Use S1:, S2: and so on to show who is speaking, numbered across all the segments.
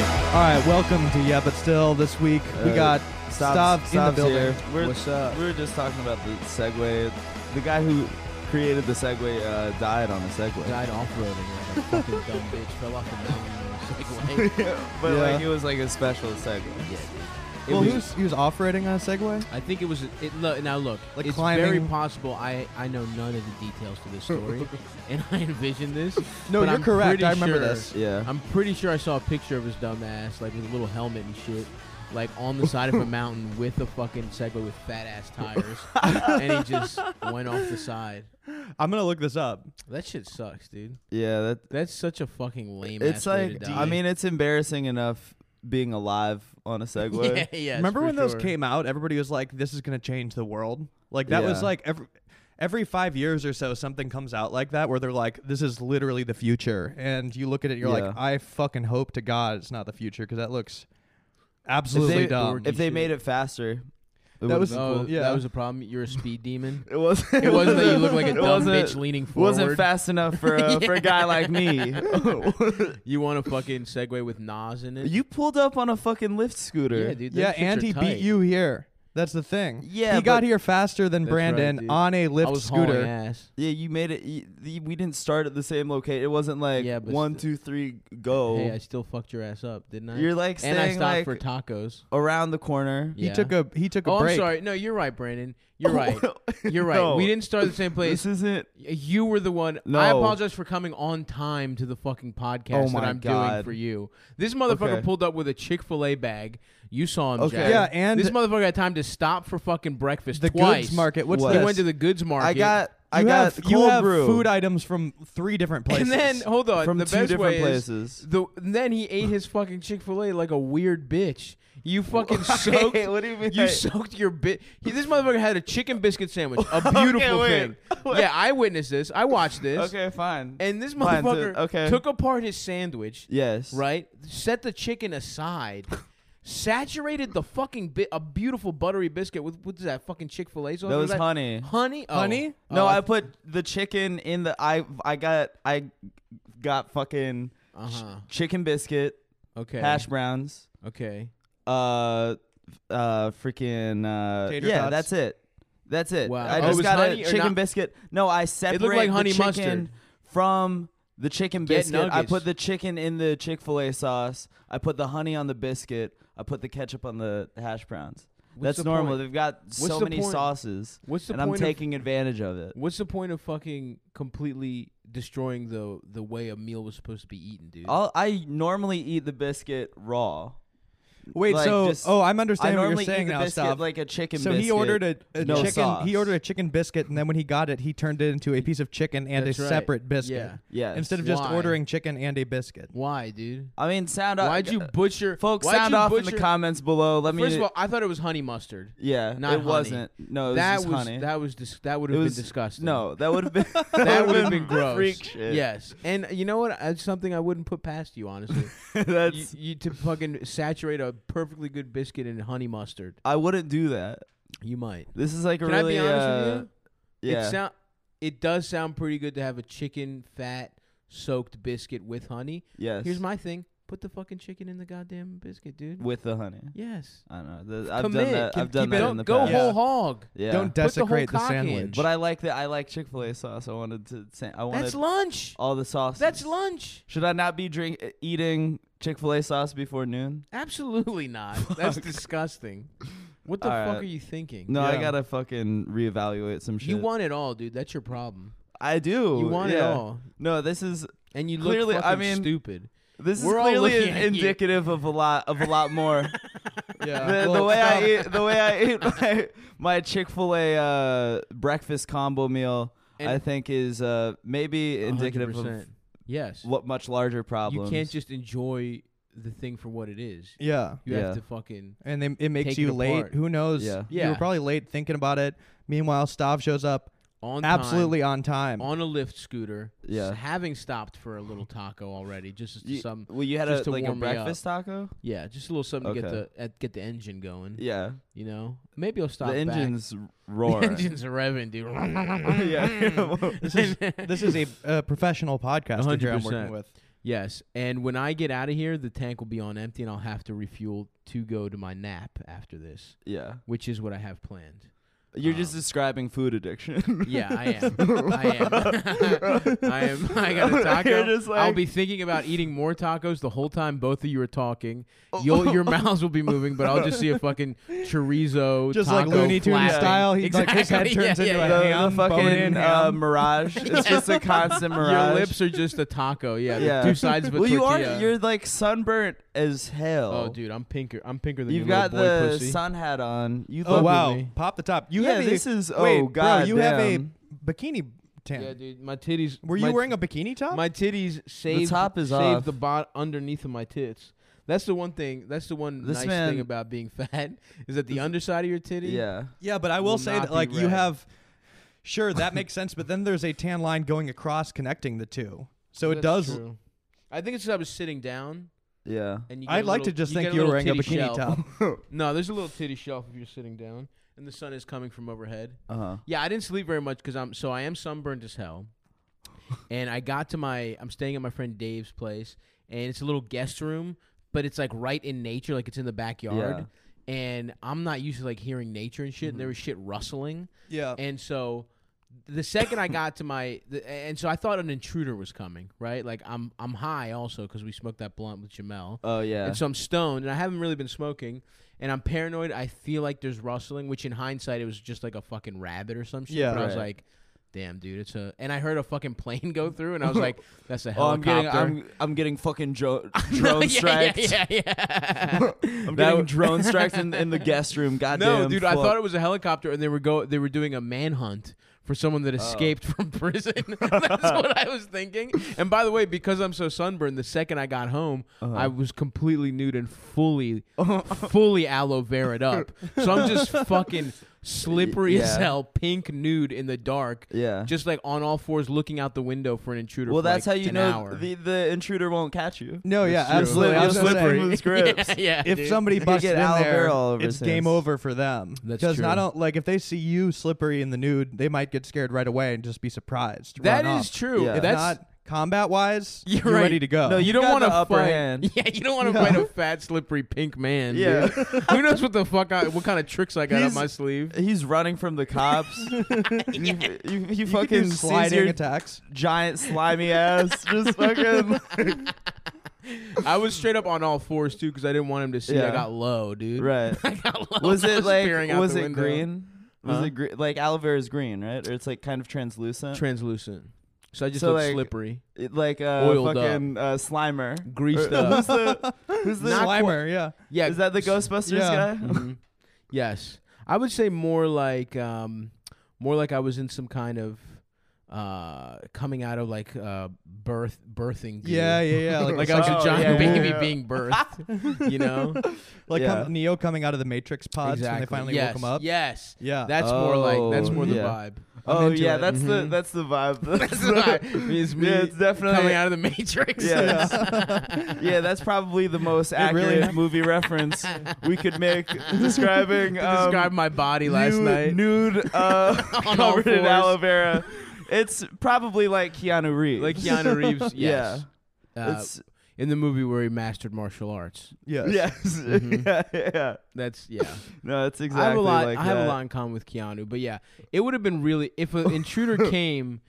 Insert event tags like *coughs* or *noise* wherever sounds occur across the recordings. S1: right, welcome to Yeah, but still this week we
S2: Uh,
S1: got Stav, in
S2: Stav's
S1: the building.
S2: here. We're,
S1: What's up?
S2: we were just talking about the Segway. The guy who created the Segway uh, died on the Segway.
S3: Died off-roading like a fucking
S1: *laughs*
S3: dumb bitch. Fell off the mountain. and was like,
S2: but
S1: Yeah.
S2: like it was like a special Segway.
S3: Yeah. It
S1: Well,
S3: was-
S1: who's he was operating on a Segway?
S3: *laughs* I think it was. It look now look.
S1: Like
S3: it's
S1: climbing-
S3: very possible. I I know none of the details to this story, and I envisioned this.
S1: No,
S3: but
S1: you're
S3: I'm
S1: correct.
S3: pretty
S1: I remember
S3: sure-
S1: this.
S2: Yeah.
S3: I'm pretty sure I saw a picture of his dumb ass, like with a little helmet and shit, like on the side of a mountain with a fucking Segway with fat ass tires, and he just went off the side.
S1: I'm gonna look this up.
S3: That shit sucks, dude.
S2: Yeah, that
S3: That's such a fucking lame.
S2: it's
S3: ass way to
S2: like
S3: die.
S2: I
S3: *laughs*
S2: mean it's embarrassing enough being alive on a Segway.
S3: *laughs* yeah, yeah.
S1: remember
S3: for
S1: when those
S3: sure.
S1: came out? Everybody was like, "This is gonna change the world." Like that was
S2: Yeah.
S1: like every every five years or so, something comes out like that where they're like, "This is literally the future," and you look at it, you're
S2: Yeah.
S1: like, "I fucking hope to God it's not the future because that looks absolutely
S2: they-
S1: dumb."
S2: If they made it faster, it
S1: That
S2: would've
S1: was-
S2: been
S3: Oh,
S2: cool.
S1: yeah.
S3: that was a problem. You're a speed demon.
S2: It wasn't.
S3: *laughs* It wasn't that you look like a
S2: *laughs* it
S3: dumb
S2: wasn't-
S3: bitch leaning forward.
S2: Wasn't fast enough for uh,
S3: *laughs*
S2: for a guy like me.
S3: You want a fucking Segway with Nas in it?
S2: you pulled up on a fucking lift scooter.
S3: yeah, dude.
S1: yeah,
S3: those shits
S1: and
S3: are
S1: he beat
S3: tight.
S1: you here. That's the thing.
S2: Yeah,
S1: he got
S2: but-
S1: here faster than
S3: That's right,
S1: Brandon
S3: dude.
S1: on a
S3: I
S1: lift
S3: was hauling
S1: scooter.
S3: ass.
S2: Yeah, you made it. You, the- we didn't start at the same location. It wasn't like
S3: Yeah, but
S2: one,
S3: st-
S2: two, three, go.
S3: Hey, I still fucked your ass up, didn't I?
S2: Oh. You're like
S3: and I
S2: staying
S3: stopped
S2: like
S3: for tacos.
S2: around the corner.
S1: He
S3: Yeah.
S1: took a he took a
S3: Oh,
S1: break.
S3: I'm sorry. No, you're right, Brandon.
S2: *laughs*
S3: You're right. You're right.
S2: No.
S3: We didn't start at the same
S2: This
S3: place.
S2: isn't.
S3: You were the one. I
S2: No.
S3: apologize for coming on time to the fucking podcast
S2: Oh
S3: that
S2: my
S3: I'm doing
S2: God.
S3: for you. This motherfucker
S2: Okay.
S3: pulled up with a Chick Fil A bag. You saw him,
S2: Okay.
S3: Jack.
S1: Yeah, and-
S3: this motherfucker had time to stop for fucking breakfast
S1: The
S3: twice.
S1: goods market. What's
S2: What?
S3: He
S1: this?
S3: went to the goods market.
S2: I got. I
S1: you
S2: got
S1: have,
S2: cold
S1: you have
S2: brew
S1: food items from three different places.
S3: *laughs* And then hold on,
S2: from
S3: the
S2: two
S3: best way
S2: different
S3: is
S2: places.
S3: the then he ate his fucking Chick Fil A like a weird bitch.
S2: *laughs*
S3: You fucking soaked.
S2: what do you mean?
S3: You soaked your bit. This motherfucker had a chicken biscuit sandwich,
S2: *laughs*
S3: a beautiful
S2: wait.
S3: thing. Yeah, I witnessed this. I watched this.
S2: okay, fine.
S3: And this
S2: Fine, dude.
S3: motherfucker
S2: Okay.
S3: took apart his sandwich,
S2: yes.
S3: right? Set the chicken aside, saturated the fucking bit a beautiful buttery biscuit with what's that fucking Chick Fil A sauce?
S2: That was honey.
S3: Honey. Oh.
S1: Honey?
S2: No,
S3: Oh,
S2: I put the chicken in the. I I got I got fucking
S3: Uh-huh.
S2: ch- chicken biscuit,
S3: Okay.
S2: hash browns,
S3: Okay.
S2: uh, f- uh, freaking uh,
S1: Tater
S2: yeah,
S1: tots.
S2: that's it. That's it.
S3: Wow.
S2: I
S3: Oh, it
S2: just
S3: was
S2: got a
S3: honey or
S2: chicken
S3: not-
S2: biscuit. No, I separate
S3: like honey
S2: the chicken
S3: mustard.
S2: from the chicken
S3: Get
S2: biscuit. I
S3: nuggets.
S2: put the chicken in the Chick Fil A sauce. I put the honey on the biscuit. I put the ketchup on the hash browns.
S3: What's
S2: that's
S3: the
S2: normal.
S3: point?
S2: They've got so
S3: the
S2: many
S3: point?
S2: sauces,
S3: What's the
S2: and
S3: point?
S2: I'm
S3: of-
S2: taking advantage of it.
S3: What's the point of fucking completely destroying the the way a meal was supposed to be eaten, dude?
S2: I'll, I normally eat the biscuit raw.
S1: *laughs* Wait,
S2: Like,
S1: so
S2: just-
S1: oh, I'm
S2: I
S1: understanding what
S2: normally
S1: you're saying
S2: eat the
S1: now,
S2: biscuit
S1: Stav.
S2: like a chicken.
S1: so
S2: biscuit,
S1: he ordered a, a
S2: no
S1: chicken.
S2: Sauce.
S1: He ordered a chicken biscuit, and then when he got it, he turned it into a piece of chicken and
S3: That's
S1: a
S3: right.
S1: separate biscuit.
S3: Yeah.
S2: Yes.
S1: Instead of just
S3: Why?
S1: ordering chicken and a biscuit.
S3: Why, dude?
S2: I mean, sound off.
S3: Why'd you butcher,
S2: uh, folks?
S3: why'd
S2: sound
S3: you
S2: off in
S3: butcher-
S2: the comments below. Let me.
S3: First of all, I thought it was honey mustard.
S2: yeah,
S3: not
S2: it
S3: honey.
S2: wasn't. No, it was
S3: that
S2: just
S3: was
S2: honey.
S3: that was dis- that would
S2: It
S3: have been
S2: was-
S3: disgusting.
S2: no, that
S3: *laughs*
S2: would have been
S3: that would
S2: would've
S3: have been gross.
S2: Freak shit.
S3: Yes, and you know what? That's something I wouldn't put past you, honestly.
S2: *laughs* that's.
S3: you, you to fucking saturate a perfectly good biscuit in honey mustard.
S2: I wouldn't do that.
S3: You might.
S2: This is like a
S3: Can
S2: really.
S3: I be honest
S2: uh,
S3: with you?
S2: Yeah.
S3: It sound it does sound pretty good to have a chicken fat soaked biscuit with honey.
S2: yes.
S3: Here's my thing. Put the fucking chicken in the goddamn biscuit, dude.
S2: with the honey.
S3: yes.
S2: I don't know. The- I've
S3: Commit.
S2: done that.
S3: Can-
S2: I've done
S1: keep
S2: that
S1: it-
S2: in the
S3: Go
S2: past.
S1: Yeah.
S3: whole hog.
S2: Yeah.
S1: Don't
S3: the whole
S1: desecrate the,
S3: cock in.
S1: sandwich.
S2: But I like that. I like Chick Fil A sauce. I wanted to. Say, I wanted
S3: That's lunch.
S2: all the sauces.
S3: That's lunch.
S2: Should I not be drink eh, eating Chick Fil A sauce before noon?
S3: Absolutely not.
S2: *laughs*
S3: That's disgusting. What the
S2: All
S3: fuck
S2: right.
S3: are you thinking?
S2: No, I
S1: Yeah.
S2: gotta fucking reevaluate some shit.
S3: You want it all, dude. That's your problem.
S2: I do.
S3: You want
S2: yeah.
S3: it all,
S2: No, this is
S3: and you
S2: Clearly, I
S3: look fucking
S2: mean-
S3: stupid.
S2: this
S3: We're all
S2: is clearly
S3: looking
S2: in-
S3: at you.
S2: indicative of a lot of a lot
S3: *laughs*
S2: more.
S1: yeah.
S2: the, *laughs* the way I eat, the way I eat *laughs* my, my Chick Fil A uh, breakfast combo meal,
S3: And-
S2: I think is uh, maybe indicative
S3: 100%. yes.
S2: of what much larger problems.
S3: You can't just enjoy the thing for what it is.
S1: yeah.
S3: You
S2: Yeah.
S3: have to fucking
S1: And then it makes
S3: Take
S1: you
S3: it
S1: late.
S3: apart.
S1: Who knows?
S2: Yeah.
S1: You
S3: Yeah.
S1: were probably late thinking about it. Meanwhile, Stav shows up
S3: on time,
S1: absolutely on time.
S3: on a lift scooter. s-
S2: Yeah.
S3: having stopped for a little taco already, just as to
S2: You-
S3: some
S2: well, you had
S3: just
S2: a
S3: to
S2: like a
S3: warm me up. Mm.
S2: breakfast taco.
S3: yeah, just a little something to
S2: Okay.
S3: get the at, get the engine going.
S2: Yeah,
S3: You know, maybe I'll stop.
S2: the
S3: back.
S2: engine's
S3: *laughs* The
S2: roaring.
S3: engine's Mm. revving,
S2: *laughs*
S3: dude.
S2: yeah.
S3: *laughs*
S1: this is this is a uh, professional podcast
S3: 100%.
S1: that I'm working with.
S3: Yes, and when I get out of here, the tank will be on empty, and I'll have to refuel to go to my nap after this,
S2: *laughs* Yeah.
S3: which is what I
S1: *laughs*
S3: have planned.
S2: You're just
S3: Um,
S2: describing food addiction.
S3: Yeah, I am. I
S1: *laughs*
S3: am. I am. I got a
S2: You're
S3: taco.
S2: just like-
S3: I'll be thinking about eating more tacos the whole time both of you are talking.
S1: Oh. *laughs*
S3: You'll, your mouths will be moving, but I'll just see a fucking chorizo
S1: Just
S3: taco
S1: like Looney Tunes
S3: flapping.
S1: style, he- like, his head
S3: Exactly,
S1: turns
S3: yeah,
S1: into
S3: yeah,
S1: a
S2: *laughs*
S3: yeah.
S2: the,
S1: ham,
S2: the
S1: bone in
S2: fucking uh,
S1: ham.
S2: mirage. It's just
S3: *laughs*
S2: a constant mirage.
S3: Your lips are just a taco. Yeah, the
S2: Yeah.
S3: two sides of a
S2: well, you
S3: tortilla.
S2: are. You're like sunburnt as hell.
S3: oh, dude, I'm pinker. I'm pinker than
S2: You've
S3: your
S2: got
S3: little boy
S2: the
S3: pussy.
S2: sun hat on. You
S1: Oh
S2: look-
S1: wow!
S3: Probably.
S1: Pop the top. You
S2: yeah,
S1: have a,
S2: this is. Oh
S1: wait,
S2: god,
S1: bro, you have a
S2: damn.
S1: bikini tan.
S3: yeah, dude, my titties.
S1: Were you
S3: my,
S1: wearing a bikini top?
S3: My titties shaved.
S2: top is
S3: shaved
S2: off.
S3: the bot underneath of my tits. That's the one thing. That's the one
S2: This
S3: nice
S2: man-
S3: thing about being *laughs* fat is that the
S2: This-
S3: underside of your titty.
S2: Yeah.
S1: yeah, but I
S3: will
S1: will say
S3: not
S1: that
S3: be
S1: like you
S3: red.
S1: have, sure that makes sense, but then there's a tan line going across connecting the two, so it
S3: That's
S1: does.
S3: true. I think it's just I was sitting down,
S2: Yeah.
S3: and you. Get a
S1: I'd like to
S3: little-
S1: just
S3: you
S1: think
S3: get
S1: you were
S3: little
S1: wearing a
S3: titty
S1: bikini
S3: shelf.
S1: top.
S3: *laughs* No, there's a little titty shelf if you're sitting down, and the sun is coming from overhead.
S2: Uh huh.
S3: Yeah, I didn't sleep very much because I'm so I am sunburned as hell. and I got to my I'm staying at my friend Dave's place, and it's a little guest room, but it's like right in nature, like it's in the backyard. And I'm not used to like hearing nature and shit, and there was shit rustling.
S2: Uh.
S1: yeah.
S3: And so the second I got to my the, and so I thought an intruder was coming, right? Like I'm I'm high also because we smoked that blunt with Jamel.
S2: Oh yeah.
S3: And so I'm stoned, and I haven't really been smoking, and I'm paranoid. I feel like there's rustling, which in hindsight it was just like a fucking rabbit or some shit.
S1: Yeah.
S3: but I was
S2: Right.
S3: like, damn, dude, it's a. And I heard a fucking plane go through,
S2: *laughs*
S3: and I was like, that's a
S2: oh, I'm
S3: helicopter.
S2: getting. *laughs* I'm. I'm getting fucking
S3: *laughs*
S2: dro-
S3: No,
S2: drone
S3: yeah,
S2: striked.
S3: yeah,
S2: *laughs*
S3: yeah, yeah.
S2: I'm
S3: That
S2: getting
S3: w-
S2: drone strikes in,
S3: *laughs*
S2: in the guest room. Goddamn.
S3: no, dude, I
S2: fuck.
S3: thought it was a helicopter, and they were go. They were doing a manhunt for someone
S2: Oh.
S3: that escaped
S2: *laughs*
S3: from *laughs* prison. That's what I was thinking. And by the way, because I'm so sunburned, the second I got home,
S2: Uh-huh.
S3: I was completely nude and
S2: *laughs*
S3: fully, fully aloe vera up. So I'm just fucking slippery as
S2: Yeah.
S3: hell, pink nude in the dark,
S2: Yeah.
S3: just like on all fours, looking out the window for an intruder.
S2: well,
S3: for,
S2: that's
S3: like,
S2: how you
S3: an
S2: know
S3: hour. *laughs*
S2: the the intruder won't catch you.
S1: No, yeah,
S3: That's true.
S1: absolutely. I
S2: You're
S1: was gonna
S2: slippery.
S1: say,
S2: Smooth
S3: *laughs*
S2: scripts.
S3: yeah, yeah,
S1: if
S3: dude.
S1: somebody
S2: could
S1: busts
S2: get
S1: in
S2: aloe
S1: there,
S2: vera all over
S1: it's
S2: his
S1: game
S2: hands.
S1: over for them.
S3: That's
S1: Because not
S3: true.
S1: o- like if they see you slippery in the nude, they might get scared right away and just be surprised.
S3: that
S1: run
S3: is
S1: off.
S3: true.
S2: Yeah.
S1: If
S3: That's
S1: not combat wise,
S3: *laughs* You're
S1: you're,
S3: right.
S1: ready to go.
S2: No,
S3: you
S2: you
S3: don't
S2: got
S3: want to
S2: the upper
S3: fight.
S2: hand.
S3: *laughs* Yeah, you don't want to fight a fat, slippery pink man.
S2: Yeah.
S3: dude. *laughs* Who knows what the fuck I, what kind of tricks I got up
S2: He's-
S3: my sleeve?
S2: He's running from the
S3: *laughs*
S2: cops. you, you, you
S1: You could do
S2: fucking sees
S1: sliding
S2: your
S1: attacks.
S2: giant slimy ass. Just fucking.
S3: I was straight up on all fours too because I didn't want him to see I
S2: Yeah.
S3: got low, dude.
S2: Right.
S3: I got low.
S2: Was
S3: I
S2: it like?
S3: staring out
S2: Was
S3: the
S2: it
S3: window.
S2: green? Was
S3: Huh?
S2: it gre- like aloe vera is green, right? Or it's like kind of translucent,
S3: Translucent. So I just
S2: So,
S3: looked
S2: like,
S3: slippery,
S2: It- like uh,
S3: Oiled up.
S2: fucking uh, Slimer.
S3: greased
S2: Or- uh,
S3: up.
S2: Who's the? Who's the?
S3: Not
S1: Slimer, yeah.
S3: Yeah.
S2: Is that the
S3: *laughs*
S2: Ghostbusters
S1: Yeah.
S2: guy?
S3: Mhm. Yes, I would say more like um, more like I was in some kind of uh, coming out of like uh, birth birthing. goo.
S1: Yeah, yeah, yeah.
S3: *laughs*
S1: Like,
S3: Like I was a
S2: Oh,
S3: giant
S2: yeah, yeah,
S3: baby
S2: yeah. *laughs*
S3: being birthed, you know.
S1: like
S2: Yeah.
S1: come- Neo coming out of the Matrix pods when they finally
S3: yes.
S1: woke him up.
S3: Yes,
S1: Yeah.
S3: that's more like that's
S2: Oh,
S3: more the
S2: yeah.
S3: vibe. I'm
S2: Oh
S3: into
S2: yeah,
S3: it.
S2: that's the
S3: Mhm.
S2: that's the vibe.
S3: *laughs* That's the vibe. It's
S2: *laughs*
S3: me
S2: yeah, it's definitely
S3: coming out of the *laughs* Matrix.
S2: *laughs* Yeah. yeah, that's probably the most
S1: really-
S2: accurate
S3: *laughs*
S2: movie reference we could make describing
S3: to
S2: um,
S3: describe my body last
S2: nude,
S3: night. *laughs*
S2: nude uh, *laughs*
S3: all
S2: covered in
S3: fours.
S2: aloe vera. It's probably like Keanu Reeves. *laughs*
S3: Like Keanu Reeves.
S2: Yeah.
S3: Yes. Uh,
S2: It's-
S3: in the movie where he mastered martial arts.
S1: Yes.
S2: yes, *laughs*
S3: Mhm.
S2: yeah, yeah.
S3: That's yeah.
S2: No, it's *laughs* exactly
S3: I have a lot.
S2: like
S3: I have
S2: that.
S3: a lot in common with Keanu, but yeah, it would have been really
S2: *laughs*
S3: if an intruder came.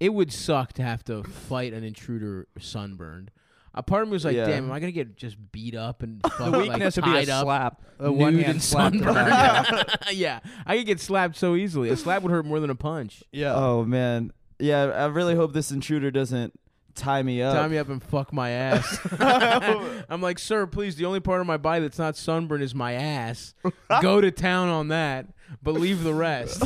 S3: It would suck to have to fight an intruder sunburned. A part of me was like,
S2: Yeah.
S3: "Damn, am I gonna get just beat
S2: *laughs*
S3: up and fuck,
S1: The weakness
S3: like,
S1: would be a
S3: tied up,
S1: slap. A
S3: nude
S1: one
S3: and
S1: hand slap. to the
S3: sunburned?" *laughs*
S1: back.
S3: yeah, I could get slapped so easily. A slap would hurt more than a punch.
S1: *laughs* Yeah.
S2: Oh man, yeah. I really hope this intruder doesn't tie me
S1: Uh,
S2: up.
S3: Tie me up and fuck
S1: *laughs*
S3: my ass. I'm like, sir, please. The only part of my body that's not sunburned is my
S1: *laughs*
S3: ass. Go to town on that, but leave the rest.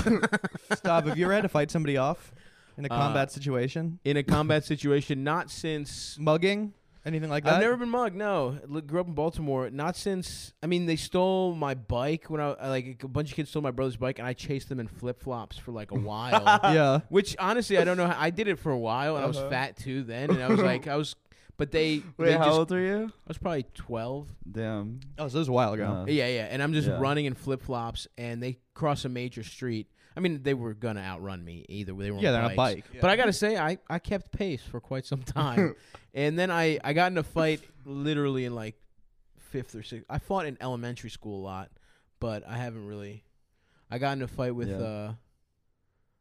S1: Stop. Have you ever had to fight somebody off in a
S3: Uh,
S1: combat situation?
S3: in a combat situation. Not since
S1: Mugging? Anything like that?
S3: I've never been mugged. No, L- grew up in Baltimore. Not since I mean they stole my bike when I I, like a bunch of kids stole my brother's bike and I chased them in flip flops for like a while.
S1: yeah.
S3: *laughs* Which honestly I don't know. How, I did it for a while and I was fat too then and I was like I was. But they
S2: Wait,
S3: they
S2: how
S3: just,
S2: old are you?
S3: I was probably twelve.
S2: Damn.
S1: Oh, so this was a while ago.
S2: Uh,
S3: Yeah, yeah. And I'm just
S2: Yeah.
S3: running in flip flops, and they cross a major street. I mean, they were gonna outrun me either. They were
S1: yeah,
S3: on
S1: they're on a
S3: bikes.
S1: bike.
S3: But I gotta say, I, I kept pace for
S2: *laughs*
S3: quite some time, and then I, I got in a fight literally in like fifth or sixth. I fought in elementary school a lot, but I haven't really. I got in a fight with.
S2: Yeah.
S3: Uh,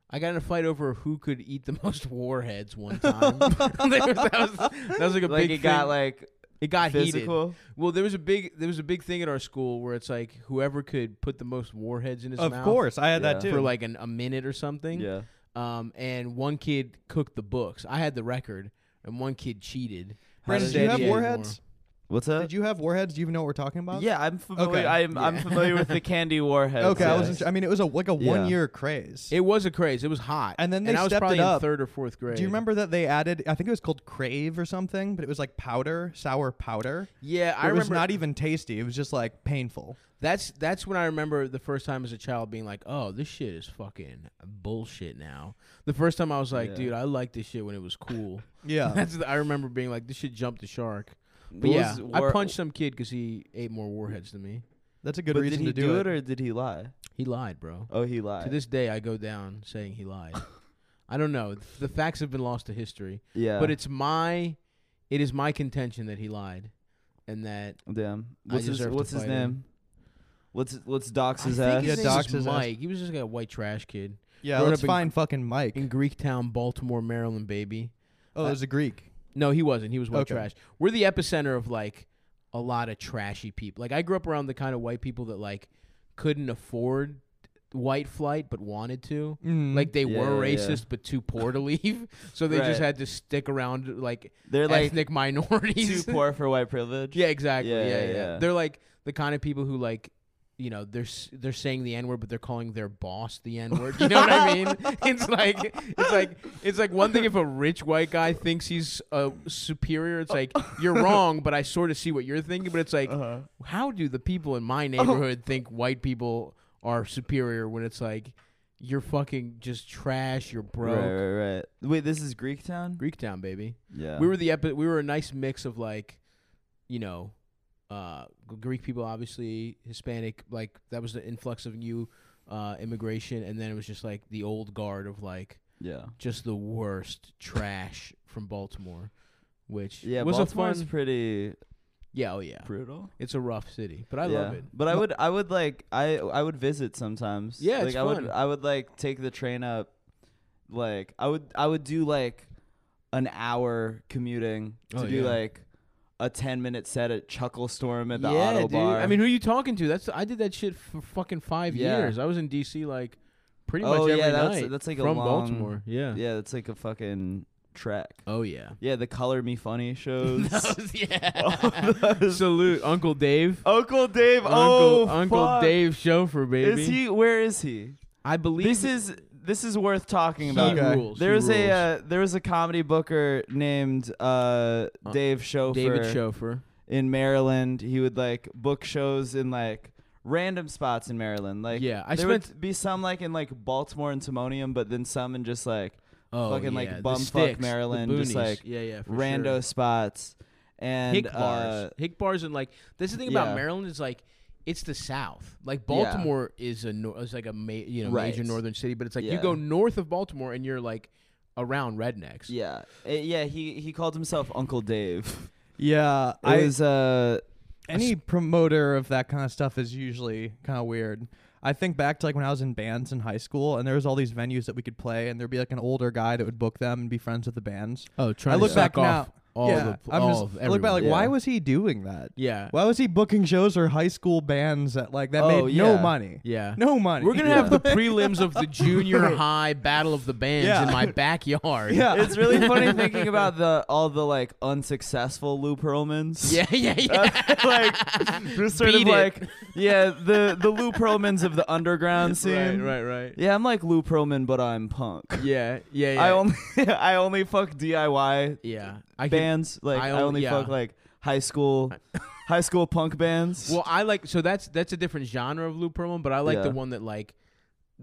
S3: I got in a fight over who could eat the *laughs* most warheads
S2: *laughs*
S3: one time. *laughs* that, was, that was like a
S2: Like
S3: big.
S2: it
S3: thing.
S2: got like
S3: it got heated.
S2: physical.
S3: Well, there was a big there was a big thing at our school where it's like whoever could put the most warheads in his
S1: of
S3: mouth
S1: course, I had that too.
S2: Yeah.
S3: for like an, a minute or something.
S2: Yeah.
S3: Um, and one kid cooked the books. I had the record, and one kid cheated.
S1: Brandon,
S3: How
S1: did you
S3: that
S1: have
S3: get
S1: warheads?
S2: What's that?
S1: Did you have warheads? Do you even know what we're talking about?
S2: Yeah, I'm familiar.
S1: Okay.
S2: I'm I'm
S3: Yeah.
S2: familiar with the
S3: *laughs*
S2: candy warheads.
S1: Okay, I
S2: yes.
S1: wasn't. sure- I mean, it was a like a
S2: Yeah.
S1: one year craze.
S3: It was a craze. It was hot.
S1: And then they
S3: and I was
S1: stepped
S3: probably
S1: it up.
S3: in third or fourth grade.
S1: Do you remember that they added? I think it was called Crave or something, but it was like powder, sour powder.
S3: Yeah, I
S1: it was
S3: remember.
S1: not e- even tasty. It was just like painful.
S3: that's that's when I remember the first time as a child being like, "Oh, this shit is fucking bullshit." Now, the first time I was like,
S2: Yeah.
S3: "Dude, I liked this shit when it was cool."
S1: *laughs*
S3: *laughs*
S1: Yeah.
S3: that's the, I remember being like, "This shit jumped the shark."
S2: What
S3: But yeah,
S2: was
S3: I
S2: war-
S3: punched some kid because he ate more warheads than me.
S1: That's a good
S2: But did
S1: reason to
S2: he
S1: do,
S2: do it. or did he lie?
S3: He lied, bro.
S2: Oh, he lied.
S3: To this day, I go down saying
S2: *laughs*
S3: he lied. I don't know. The facts have been lost to history,
S2: yeah.
S3: but it's my, it is my contention that he lied, and that
S2: damn.
S3: I
S2: What's his
S3: deserve to
S2: What's his
S3: fight him.
S2: name? What's What's Dox his
S3: I
S2: ass?
S3: think his
S1: Yeah,
S3: name
S1: Dox
S3: is
S1: his ass.
S3: Mike. He was just like a white trash kid
S1: Yeah,
S3: growing
S1: let's
S3: up in-
S1: find fucking Mike.
S3: in Greektown, Baltimore, Maryland, baby.
S1: Oh, it was a Greek.
S3: No, he wasn't. He was white
S1: Okay.
S3: trash. We're the epicenter of like a lot of trashy people. Like I grew up around the kind of white people that like couldn't afford white flight but wanted to.
S1: Mm.
S3: Like they were
S2: Mm-hmm. Yeah, yeah,
S3: racist but too poor to *laughs* leave, so they
S2: Right.
S3: just had to stick around like,
S2: They're
S3: *laughs*
S2: like
S3: ethnic minorities.
S2: too
S3: *laughs*
S2: poor for white privilege.
S3: yeah, exactly. Yeah
S2: Yeah,
S3: yeah,
S2: yeah, yeah.
S3: They're like the kind of people who like you know they're s- they're saying the n word, but they're calling their boss the n word. You know what
S2: *laughs*
S3: I mean? *laughs* It's like it's like it's like one thing if a rich white guy thinks he's uh, superior. It's
S2: *laughs*
S3: like you're wrong, but I sort of see what you're thinking. But it's like
S2: Uh-huh.
S3: how do the people in
S2: Oh.
S3: my neighborhood think white people are superior when it's like you're fucking just trash, you're broke.
S2: Right, right, right. Wait, this is Greek Town.
S3: Greektown, baby.
S2: yeah.
S3: We were the epi- we were a nice mix of like, you know, uh, G- Greek people, obviously Hispanic. Like that was the influx of new uh, immigration, and then it was just like the old guard of like
S2: Yeah.
S3: just the worst trash from Baltimore, which
S2: Yeah.
S3: was
S2: Baltimore's
S3: a fun.
S2: pretty
S3: yeah, oh yeah,
S2: brutal.
S3: it's a rough city, but I
S2: yeah.
S3: love it.
S2: But I would I would like I I would visit sometimes.
S3: Yeah,
S2: like
S3: it's
S2: I
S3: fun.
S2: would I would like take the train up like I would I would do like an hour commuting to
S3: Oh,
S2: do
S3: yeah.
S2: like a 10 minute set at Chuckle Storm at the
S3: yeah,
S2: auto
S3: dude.
S2: bar.
S3: I mean, who are you talking to? That's I did that shit for fucking five
S2: Yeah.
S3: years. I was in D.C. like pretty
S2: oh
S3: much every
S2: yeah, that's
S3: night
S2: that's like
S3: from
S2: a long
S3: Baltimore. Yeah.
S2: Yeah, that's like a fucking trek.
S3: Oh yeah. *laughs*
S2: Yeah, the Color Me Funny shows. *laughs* Oh,
S3: Those, yeah. Salute Uncle Dave.
S2: Uncle Dave.
S3: Uncle,
S2: oh,
S3: Uncle
S2: fuck.
S3: Dave Schofer, baby.
S2: Is he where is he?
S3: I believe
S2: This is this is worth talking
S3: he
S2: about.
S1: Okay.
S3: rules.
S2: There was
S3: he
S2: a
S3: rules.
S2: uh, there was a comedy booker named uh,
S3: Uh,
S2: Dave Schofer
S3: David Schofer.
S2: in Maryland. He would like book shows in like random spots in Maryland. Like
S3: Yeah, I
S2: there
S3: spent-
S2: would be some like in like Baltimore and Timonium, but then some in just like
S3: Oh,
S2: fucking, like,
S3: yeah, the
S2: bumfuck
S3: sticks, the
S2: Maryland, just,
S3: boonies.
S2: like,
S3: yeah, yeah, for
S2: rando
S3: sure.
S2: spots. And
S3: hick
S2: uh,
S3: bars, hick bars, and like that's the thing
S2: yeah.
S3: about Maryland is like it's the South. Like
S2: Yeah.
S3: Baltimore is a nor- is like a ma- you know major
S2: Right.
S3: northern city, but it's like you
S2: Yeah.
S3: go north of Baltimore and you're like around rednecks.
S2: yeah, Uh, yeah. He he called himself Uncle Dave.
S1: Yeah,
S2: It
S1: I
S2: was uh
S1: any promoter of that kind of stuff is usually kind of weird. I think back to like when I was in bands in high school, and there was all these venues that we could play, and there'd be like an older guy that would book them and be friends with the bands.
S3: Oh, trying
S1: I
S3: to
S1: look
S3: suck
S1: back
S3: off
S1: now.
S3: all
S1: yeah,
S3: the
S1: I'm
S3: all
S1: just
S3: of
S1: I look back like
S3: everyone.
S1: why
S2: Yeah.
S1: was he doing that?
S3: yeah,
S1: Why was he booking shows for high school bands that like that
S2: Oh,
S1: made no
S2: yeah.
S1: money?
S3: yeah.
S1: No money.
S3: We're gonna
S2: Yeah.
S1: *laughs*
S3: have the prelims of the junior high battle of the bands
S1: Yeah.
S3: in my backyard.
S1: yeah.
S2: It's really funny thinking *laughs* about the all the like unsuccessful Lou Pearlmans.
S3: *laughs* yeah, yeah, yeah.
S2: *laughs* like just sort
S3: Beat
S2: of
S3: it.
S2: like yeah, the the Lou Pearlmans of the *laughs* underground
S3: right,
S2: scene.
S3: right, right.
S2: Yeah, I'm like Lou Pearlman, but I'm punk.
S3: Yeah, yeah, yeah.
S2: I only *laughs* I only fuck DIY
S3: yeah. I can-
S2: bands. Like
S3: I
S2: I,
S3: only-
S2: only
S3: yeah.
S2: fuck like high *laughs* school high school punk bands.
S3: well, I like so that's that's a different genre of Lou Pearlman, but I like the
S2: Yeah.
S3: one that like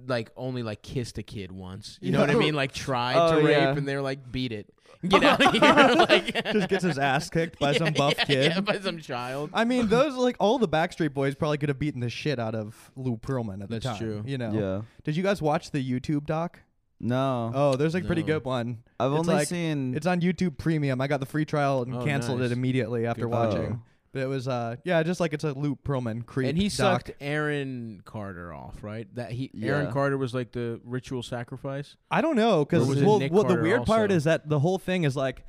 S3: like only like kissed a kid once. You
S2: Yeah.
S3: know what I mean? Like tried
S2: Oh,
S3: to rape
S2: yeah.
S3: and they're like beat it. Get out of here. *laughs* like
S1: Just gets his ass kicked by *laughs*
S3: Yeah,
S1: some buff
S3: yeah,
S1: kid.
S3: Yeah, by some child.
S1: I mean, those like all the Backstreet Boys probably could have beaten the shit out of Lou Pearlman at the
S3: That's
S1: time.
S3: true.
S1: You know.
S2: Yeah.
S1: Did you guys watch the YouTube doc?
S2: No.
S1: Oh, there's a pretty
S3: No.
S1: good one.
S2: I've
S1: it's
S2: only
S1: like-
S2: seen.
S1: It's on YouTube Premium. I got the free trial and
S3: Oh,
S1: canceled
S3: nice.
S1: it immediately after
S3: Good.
S1: watching.
S2: Oh.
S1: But it was uh yeah, just like it's a Lou Pearlman creep.
S3: and he
S1: doc.
S3: sucked Aaron Carter off, right? That he
S2: Yeah.
S3: Aaron Carter was like the ritual sacrifice.
S1: I don't know because
S3: Or was it
S1: well,
S3: Nick
S1: well, the
S3: Carter
S1: weird part
S3: also?
S1: is that the whole thing is like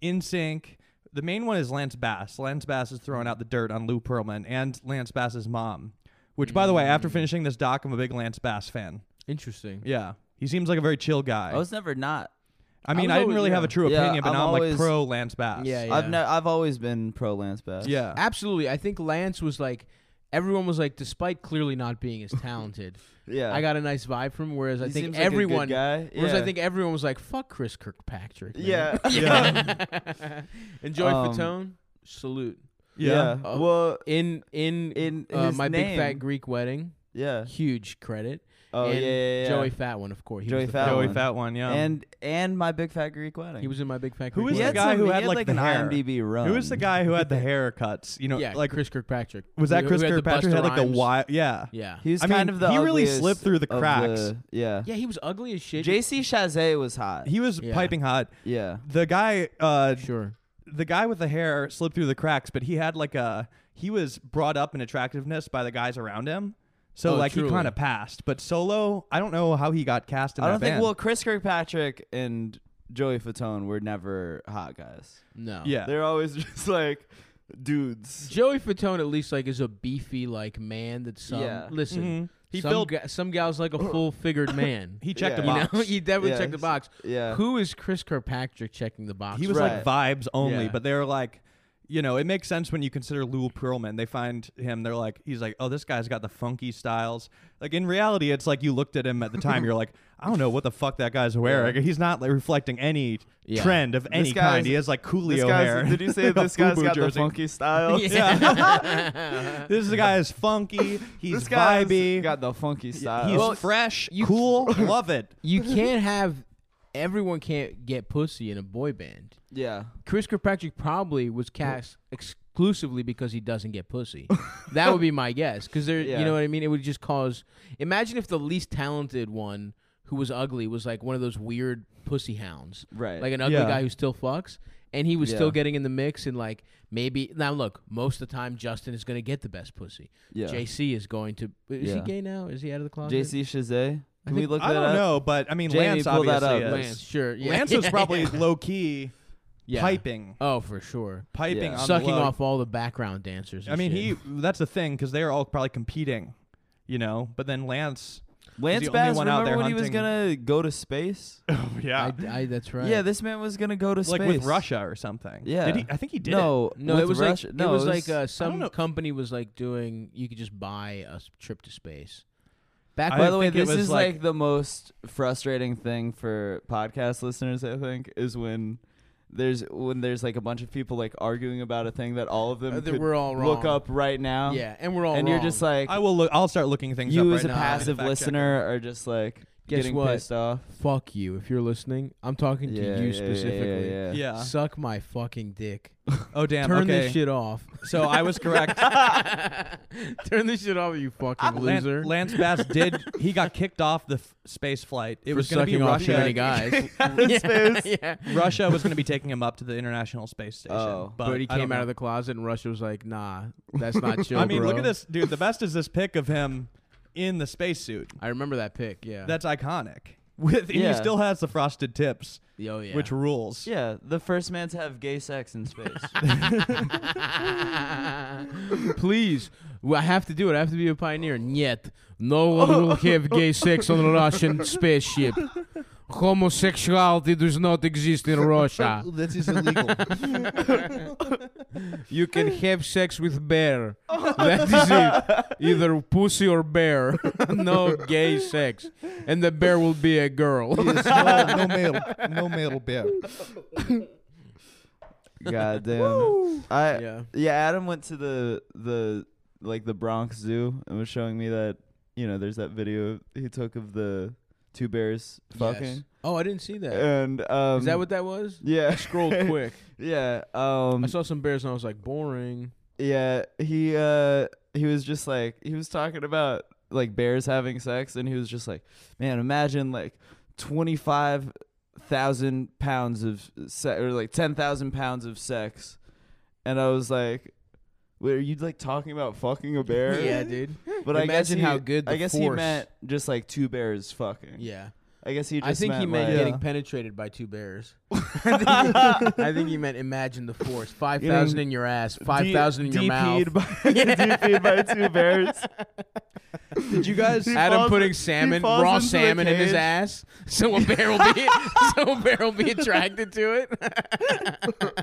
S1: in sync. The main one is Lance Bass. Lance Bass is throwing out the dirt on Lou Pearlman and Lance Bass's mom. Which, by the way,
S3: Mm.
S1: after finishing this doc, I'm a big Lance Bass fan.
S3: Interesting.
S1: Yeah, he seems like a very chill guy.
S2: I was never not.
S1: I mean,
S3: I
S1: I,
S3: was
S1: didn't
S3: always-
S1: really have
S3: yeah.
S1: a true
S2: Yeah,
S1: opinion, but
S2: I'm
S1: now I'm
S2: always-
S1: like pro Lance Bass.
S3: Yeah, yeah.
S2: I've ne- I've always been pro Lance Bass.
S1: yeah.
S3: Absolutely. I think Lance was like everyone was like despite clearly not being as talented,
S2: *laughs* Yeah.
S3: I got a nice vibe from him, whereas I
S2: He
S3: think
S2: seems like a good
S3: everyone
S2: guy.
S3: Whereas I
S2: Yeah.
S3: think everyone was like, "Fuck Chris Kirkpatrick." man."
S2: *laughs*
S3: *laughs*
S2: Yeah.
S3: yeah. and Joy
S2: Um,
S3: Fatone, salute
S2: Yeah.
S3: Oh.
S2: Well.
S3: in in
S2: In
S3: uh,
S2: his
S3: my big
S2: name.
S3: fat Greek wedding.
S2: Yeah.
S3: Huge credit.
S2: Oh yeah,
S3: and
S2: yeah, yeah.
S3: Joey Fat one, of course. He
S2: Joey
S3: was the
S2: Fat
S3: fat
S1: Joey
S2: one.
S1: Fat One. Yeah.
S2: and and my big fat Greek wedding.
S3: He was in my big fat.
S1: Who
S3: Greek
S1: was
S2: He
S1: the
S2: had
S3: wedding.
S1: guy
S2: some-
S1: who
S2: he
S1: had, like, the
S2: an
S1: hair?
S2: IMDb run.
S1: who was the guy who had the haircuts? You know,
S3: Yeah,
S1: like
S3: Chris Kirkpatrick.
S1: was
S3: Who-
S1: that
S3: who
S1: Chris
S3: had the
S1: Kirkpatrick had
S3: Busta
S1: like a
S3: Rhymes-
S1: wild? Yeah.
S3: Yeah.
S2: He was
S1: I
S2: kind
S1: mean,
S2: of the.
S1: he really
S2: ugliest
S1: slipped through the
S2: of
S1: cracks.
S2: the- yeah.
S3: Yeah, he was ugly as shit.
S2: J.C. Chazet was hot.
S1: He was
S3: Yeah.
S1: piping hot.
S2: yeah.
S1: The guy, uh,
S3: sure.
S1: the guy with the hair slipped through the cracks, but he had like a he was brought up in attractiveness by the guys around him. So
S3: Oh,
S1: like
S3: truly.
S1: he kind of passed, but solo, I don't know how he got cast in
S2: I
S1: that
S2: don't think.
S1: band.
S2: Well, Chris Kirkpatrick and Joey Fatone were never hot guys.
S3: No.
S1: yeah,
S2: They're always *laughs* just like dudes.
S3: Joey Fatone at least like is a beefy like man that some
S2: Yeah.
S3: listen.
S1: Mhm. he
S3: some
S1: filled,
S3: ga- some gal's like a
S1: *coughs*
S3: full figured man.
S1: he checked
S2: Yeah.
S1: a
S3: *laughs* you
S1: box.
S3: know, he definitely
S2: Yeah,
S3: checked the
S2: he's-
S3: box.
S2: Yeah.
S3: Who is Chris Kirkpatrick checking the box?
S1: he was
S3: *laughs*
S2: Right.
S1: like vibes only,
S3: Yeah.
S1: but they're like, you know, it makes sense when you consider Lou Pearlman. They find him, they're like, he's like, oh, this guy's got the funky styles. Like in reality, it's like you looked at him at the time, you're like, *laughs* I don't know what the fuck that guy's wearing. He's not like reflecting any
S3: Yeah.
S1: trend of any
S2: guy's-
S1: kind. He has like
S2: This
S1: Coolio
S2: guy's,
S1: hair. *laughs*
S2: Did you say
S1: A
S2: this guy's
S1: FUBU
S2: got the
S1: jersey. *laughs*
S2: funky style? *laughs*
S3: yeah.
S1: This is the guy is funky. He's
S2: This guy's
S1: vibey.
S2: got uh, the funky style.
S1: he's
S3: Well,
S1: fresh,
S2: *laughs*
S3: you-
S1: cool. love it.
S3: you can't have everyone can't get pussy in a boy band.
S2: yeah.
S3: Chris Kirkpatrick probably was cast exclusively because he doesn't
S1: *laughs*
S3: get pussy. that would be my guess. Because there,
S2: Yeah.
S3: you know what I mean. It would just cause. Imagine if the least talented one who was ugly was like one of those weird pussy hounds,
S2: Right.
S3: like an ugly
S1: Yeah.
S3: guy who still fucks. And he was still
S2: Yeah.
S3: getting in the mix, and like maybe now look, most of the time Justin is going to get the best pussy.
S2: yeah.
S3: JC is going to. Is
S2: Yeah.
S3: he gay now? Is he out of the closet?
S2: JC Chazet. Can we look
S1: I
S2: that
S1: don't
S2: up?
S1: know, but I mean,
S2: Jamie,
S1: Lance
S2: pull that
S1: obviously
S2: up.
S1: is.
S3: Lance, sure. Yeah.
S1: Lance was
S2: *laughs*
S1: probably low key
S3: *laughs* Yeah.
S1: piping,
S3: Oh, for sure.
S1: piping,
S2: Yeah.
S1: on
S3: Sucking
S1: the low.
S3: off all the background dancers. and
S1: I mean,
S3: shit.
S1: he that's the thing because they're all probably competing, you know. But then Lance,
S2: Lance
S1: only
S2: Bass,
S1: one out
S2: remember
S1: there
S2: when he was
S1: hunting-
S2: gonna go to space?
S1: *laughs* oh yeah,
S3: I, I, that's right.
S2: Yeah, this man was gonna go to space.
S1: like with Russia or something.
S2: Yeah.
S1: did he? I think he did. it.
S2: No,
S3: no,
S2: with
S3: it was
S2: Russia-
S3: like
S2: no,
S3: it was like uh, some
S1: know.
S3: company was like doing. You could just buy a s- trip to space. Back
S1: I
S2: By the way,
S1: think it
S2: this
S1: was
S2: is
S1: like-
S2: like, the most frustrating thing for podcast listeners. I think is when there's when there's like a bunch of people like arguing about a thing that all of them
S3: Uh, that
S2: could
S3: we're all
S2: look
S3: wrong.
S2: up right now.
S3: yeah, and we're all
S2: and you're
S3: wrong.
S2: just like
S1: I will look. I'll start looking things up.
S2: you
S1: right
S2: as a
S1: now. *laughs*
S2: passive
S1: Fact check.
S2: listener are just like
S3: Guess
S2: getting
S3: what?
S2: pissed off.
S3: fuck you if you're listening. I'm talking
S2: Yeah,
S3: to you
S2: yeah, yeah, yeah,
S3: specifically.
S2: yeah.
S1: Yeah.
S3: *laughs* Suck my fucking dick.
S1: Oh damn.
S3: Turn
S1: okay.
S3: this shit off.
S1: So I was correct.
S3: *laughs* Turn this shit off, you fucking
S1: Lan-
S3: loser.
S1: Lance
S3: *laughs*
S1: Bass did. He got kicked off the f- space flight. It
S3: For
S1: was going to be
S3: sucking off
S1: Russia.
S3: too *laughs* many guys.
S2: *laughs* His face.
S3: *laughs* yeah.
S1: *laughs* Russia was going to be taking him up to the International Space Station.
S2: Oh.
S3: But, he
S1: I don't
S3: came out
S1: know.
S3: of the closet, and Russia was like, "Nah, that's not chill."
S1: I mean, look
S3: bro."
S1: at this, dude. The best is this pic of him in the spacesuit.
S3: I remember that pic. Yeah.
S1: That's iconic. With and
S2: Yeah.
S1: he still has the frosted tips,
S3: oh yeah. *laughs*
S1: which rules.
S2: Yeah, the first man to have gay sex in *laughs* space.
S3: Please, well, I have to do it. I have to be a pioneer. And yet, no one will have gay sex on a Russian spaceship. Homosexuality does not exist in Russia.
S1: This is
S3: *laughs*
S1: illegal.
S3: You can have sex with bear. That is it. Either pussy or bear. *laughs* no gay sex. And the bear will be a girl.
S1: no, no male, no male bear. *laughs*
S2: God damn. I
S3: yeah.
S2: Yeah, Adam went to the the like the Bronx Zoo and was showing me that you know, there's that video he took of the two bears fucking.
S3: Oh, I didn't see that. Is
S2: And um,
S3: that what that was?
S2: Yeah, *laughs*
S3: Scrolled quick.
S2: yeah, um,
S3: I saw some bears and I was like, boring.
S2: yeah. He uh, he was just like he was talking about like bears having sex, and he was just like, man, imagine like twenty five thousand pounds of se- or like ten thousand pounds of sex, and I was like. Wait, are you like talking about fucking a bear?
S3: *laughs* yeah, dude.
S2: *laughs* But I guess
S3: Imagine
S2: he-
S3: how good the
S2: I guess he
S3: force-
S2: meant just like two bears fucking.
S3: Yeah.
S2: I guess he just
S3: I think he
S2: like,
S3: meant
S2: uh,
S1: Yeah.
S3: getting penetrated by
S2: *laughs*
S3: two bears. I think he- I think he meant imagine the force. Five thousand in your ass, five thousand in your mouth. *laughs*
S2: DP'd By, *laughs* DP'd by two bears.
S1: Did you
S3: *laughs*
S1: guys?
S2: He
S3: Adam
S2: falls-
S3: putting
S2: he
S3: salmon,
S2: falls
S3: raw
S2: into a
S3: salmon in his
S2: cage.
S3: ass, *laughs* so a bear will be *laughs* so a bear will be attracted to it.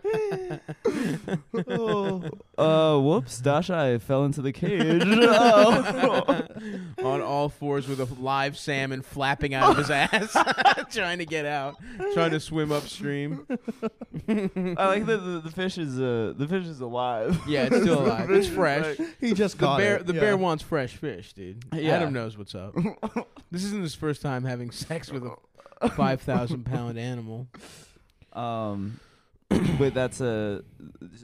S2: Uh,
S3: *laughs*
S2: whoops, Dasha, I fell into the cage. Oh.
S3: On all fours with a live salmon flapping
S2: *laughs*
S3: out of his ass, *laughs* trying to get out, trying to swim upstream.
S2: I like that the, the fish is uh, the fish is alive.
S3: Yeah, it's still alive. It's fresh.
S1: He just
S3: The
S1: caught
S3: bear,
S1: it.
S3: the
S1: yeah.
S3: bear wants fresh fish, dude.
S2: Yeah.
S3: Adam knows
S2: *laughs*
S3: what's up. this isn't his first time having sex with a five thousand pound animal.
S2: *coughs* Um, but that's a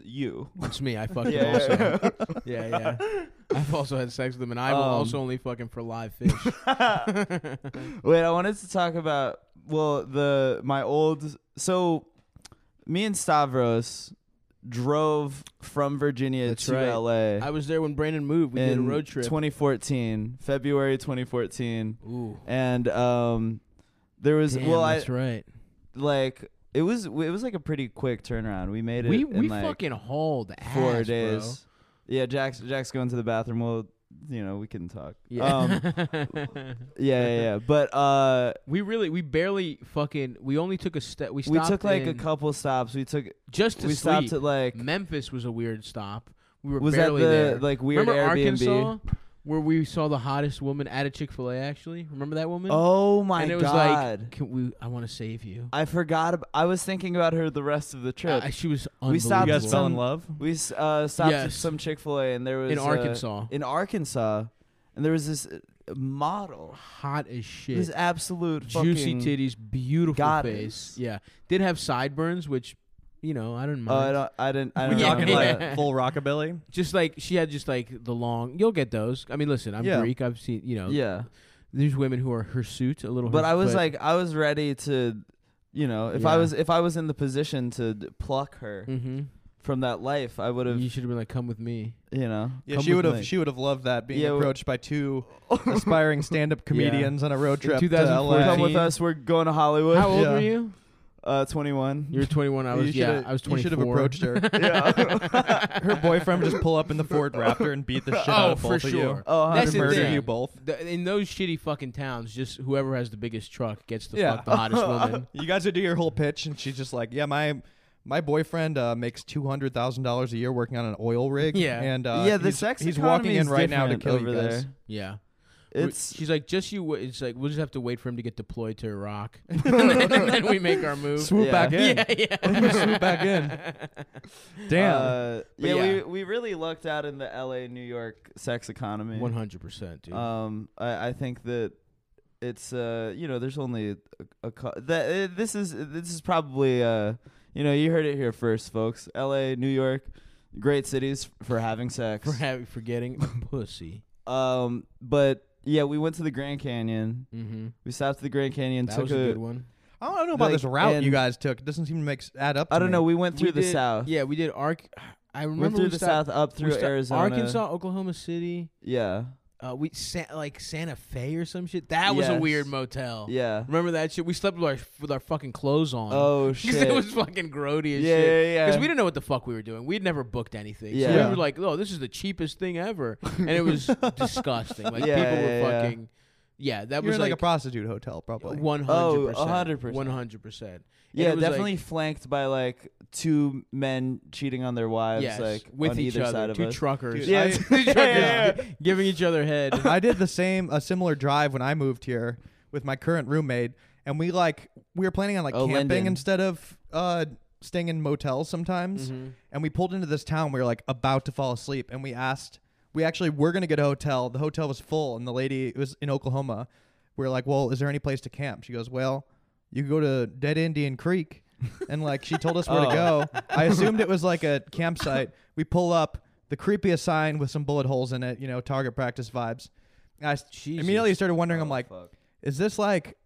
S2: you.
S3: It's me. I fucked him
S2: Yeah, yeah, *laughs*
S3: also. Yeah, yeah. I've also had sex with him, and I will
S2: Um,
S3: also only fuck him for live
S2: *laughs*
S3: fish.
S2: Wait, I wanted to talk about well the my old so me and Stavros drove from Virginia
S3: That's
S2: to
S3: right.
S2: LA
S3: I was there when Brandon moved. We
S2: in
S3: did a road trip.
S2: 2014, February 2014,
S3: Ooh.
S2: and um there was
S3: Damn,
S2: well I
S3: that's right.
S2: like it was it was like a pretty quick turnaround. We made it
S3: We
S2: in
S3: we
S2: like
S3: fucking hauled ass,
S2: four
S3: bro.
S2: days. Yeah, Jack's Jack's going to the bathroom. Well, you know we can talk.
S3: Yeah.
S2: um,
S3: *laughs*
S2: yeah, yeah, yeah. But uh,
S3: we really we barely fucking we only took a step. We
S2: we
S3: stopped
S2: took like a
S3: in
S2: couple stops. We took
S3: just to
S2: we
S3: sleep.
S2: stopped at like
S3: Memphis was a weird stop. We were
S2: was that the
S3: barely there.
S2: like weird
S3: Remember
S2: Airbnb?
S3: Arkansas, where we saw the hottest woman at a Chick Fil A? Actually, remember that woman?
S2: Oh my
S3: and it was
S2: god!
S3: like, can we? I want to save you.
S2: I forgot. Ab- I was thinking about her the rest of the trip.
S3: Uh, she was
S2: We
S3: unbelievable.
S2: stopped
S1: You guys
S2: at
S1: fell
S2: some-
S1: in love?
S2: we s- uh, stopped at
S3: Yes.
S2: some Chick Fil A and there was
S3: in
S2: uh,
S3: Arkansas,
S2: in Arkansas, and there was this uh, model,
S3: hot as
S2: this
S3: shit.
S2: absolute
S3: Juicy
S2: fucking-
S3: titties, beautiful
S2: goddess.
S3: face. Yeah, did have sideburns, which you know I didn't
S2: Oh, I
S3: mind.
S2: don't. I didn't. I
S1: We're
S2: don't
S3: Yeah.
S1: talking
S2: know. about
S1: like full rockabilly.
S3: just like she had just like the long. You'll get those. I mean, listen, I'm
S1: Yeah.
S3: Greek. I've seen you know.
S2: that. yeah.
S3: there's women who are hirsute a little.
S2: But I was
S3: hirsute,
S2: like, I was ready to, you know, if I
S3: Yeah.
S2: was if I was in the position to d- pluck her
S3: Mhm.
S2: from that life, I would have,
S3: You should have been like, come with me.
S2: you know.
S1: Yeah,
S2: come
S1: she
S2: with
S1: would
S2: me.
S1: have. She would have loved that being
S2: Yeah, w-
S1: approached by
S3: *laughs*
S1: two aspiring stand-up comedians on a road
S3: In
S1: trip to
S3: 2014,
S1: LA.
S2: Come with us. We're going to Hollywood.
S3: How old
S1: Yeah.
S3: were you?
S2: Uh, 21.
S3: You were 21. I
S1: You
S3: was yeah.
S1: shoulda-
S3: I was
S1: You should have
S3: 24.
S1: approached
S3: *laughs*
S1: her.
S2: yeah.
S1: Her boyfriend would just pull up in the Ford Raptor and beat the *laughs* shit out
S3: Oh,
S1: of
S3: for
S1: both of
S3: sure.
S1: you.
S2: *laughs* oh,
S3: That's
S1: Just
S3: the
S2: 100%.
S1: murder
S3: thing.
S1: you both.
S3: The- in those shitty fucking towns, just whoever has the biggest truck gets to
S1: Yeah.
S3: fuck the
S1: *laughs*
S3: hottest woman.
S1: You guys would do your whole pitch, and she's just like, "Yeah, my my boyfriend uh, makes two hundred thousand dollars a year working on an oil rig.
S3: Yeah.
S1: and uh,
S2: yeah, the
S1: he's,
S2: sex
S1: he's
S2: economy
S1: walking in
S2: is
S1: right now to
S2: different
S1: kill
S2: over
S1: you *laughs* guys.
S2: there. *laughs*
S3: Yeah, We-
S2: It's
S3: she's like, just you. wa- It's like we'll just have to wait for him to get deployed to
S1: *laughs*
S3: Iraq, *laughs* and, then, and then we make our move.
S1: Swoop
S2: Yeah.
S1: back in.
S3: *laughs* Yeah, yeah.
S1: Swoop back in. Damn.
S2: Uh, yeah,
S3: yeah.
S2: we we really lucked out in the L.A. New York sex economy.
S3: *laughs* One hundred percent, dude.
S1: Uh,
S2: Um, I, I think that it's uh, you know, there's only a, a, cou- that uh, this is this is probably uh, you know, you heard it here first, folks. L.A., New York, great cities for having sex.
S3: for having for getting
S1: *laughs*
S3: pussy.
S2: um, but yeah, we went to the Grand Canyon.
S3: Mm-hmm.
S2: We stopped at the Grand Canyon.
S3: That
S2: took
S3: was a good one.
S1: I don't know about
S2: like,
S1: this route
S2: and-
S1: you guys took. It doesn't seem to make s- add up. To
S2: I don't
S1: me.
S2: know. We went
S3: We
S2: through the
S3: did-
S2: south.
S3: Yeah, we did Ark. *sighs* I remember
S2: went through
S3: we
S2: the
S3: stopped-
S2: south up
S3: we
S2: through
S3: stopped
S2: Arizona.
S3: Arkansas, Oklahoma City.
S2: Yeah.
S3: Uh, we Sa- like Santa Fe or some shit. That was a
S2: Yes.
S3: weird motel. *laughs*
S2: Yeah.
S3: Remember that shit? We slept with our with our fucking clothes on. *laughs*
S2: Oh
S3: because
S2: shit.
S3: it was fucking grody
S2: yeah,
S3: as
S2: yeah,
S3: shit.
S2: yeah.
S3: Because we didn't know what the fuck we were doing. We'd never booked anything. So
S2: Yeah.
S3: we were like, oh, this is the cheapest
S2: *laughs*
S3: thing ever. And it was disgusting. Like,
S2: Yeah,
S3: people were
S2: yeah, yeah.
S3: fucking. Yeah, that
S1: You're
S3: was
S1: in like, a prostitute hotel, probably.
S3: 100%.
S2: Oh, 100%.
S3: 100%.
S2: Yeah,
S3: it was, like-
S2: definitely flanked by like two men cheating on their wives,
S3: yes,
S2: like
S3: with
S2: on
S3: each
S2: either
S3: other.
S2: side of
S3: two
S2: us.
S3: truckers.
S1: Dude,
S2: Yeah,
S1: I-
S2: yeah,
S1: *laughs*
S3: *laughs* two truckers
S2: yeah, yeah.
S3: gi- giving each other head. *laughs*
S1: I did the same, a similar drive when I moved here with my current roommate, and we like we were planning on like
S2: Oh,
S1: camping
S2: Linden.
S1: instead of uh staying in motels sometimes. And we pulled into this town. We were like about to fall asleep, and we asked we actually were gonna get a hotel. The hotel was full, and the lady it was in Oklahoma. We were like, "Well, is there any place to camp?" She goes, "Well, you can go to Dead Indian Creek," and like she told us where to
S2: Oh.
S1: go. I assumed it was like a campsite. We pull up the creepiest sign with some bullet holes in it. You know, target practice vibes. I s-
S3: Jesus.
S1: immediately started wondering. I'm
S2: Oh,
S1: like,
S3: *laughs*
S2: fuck.
S1: is this like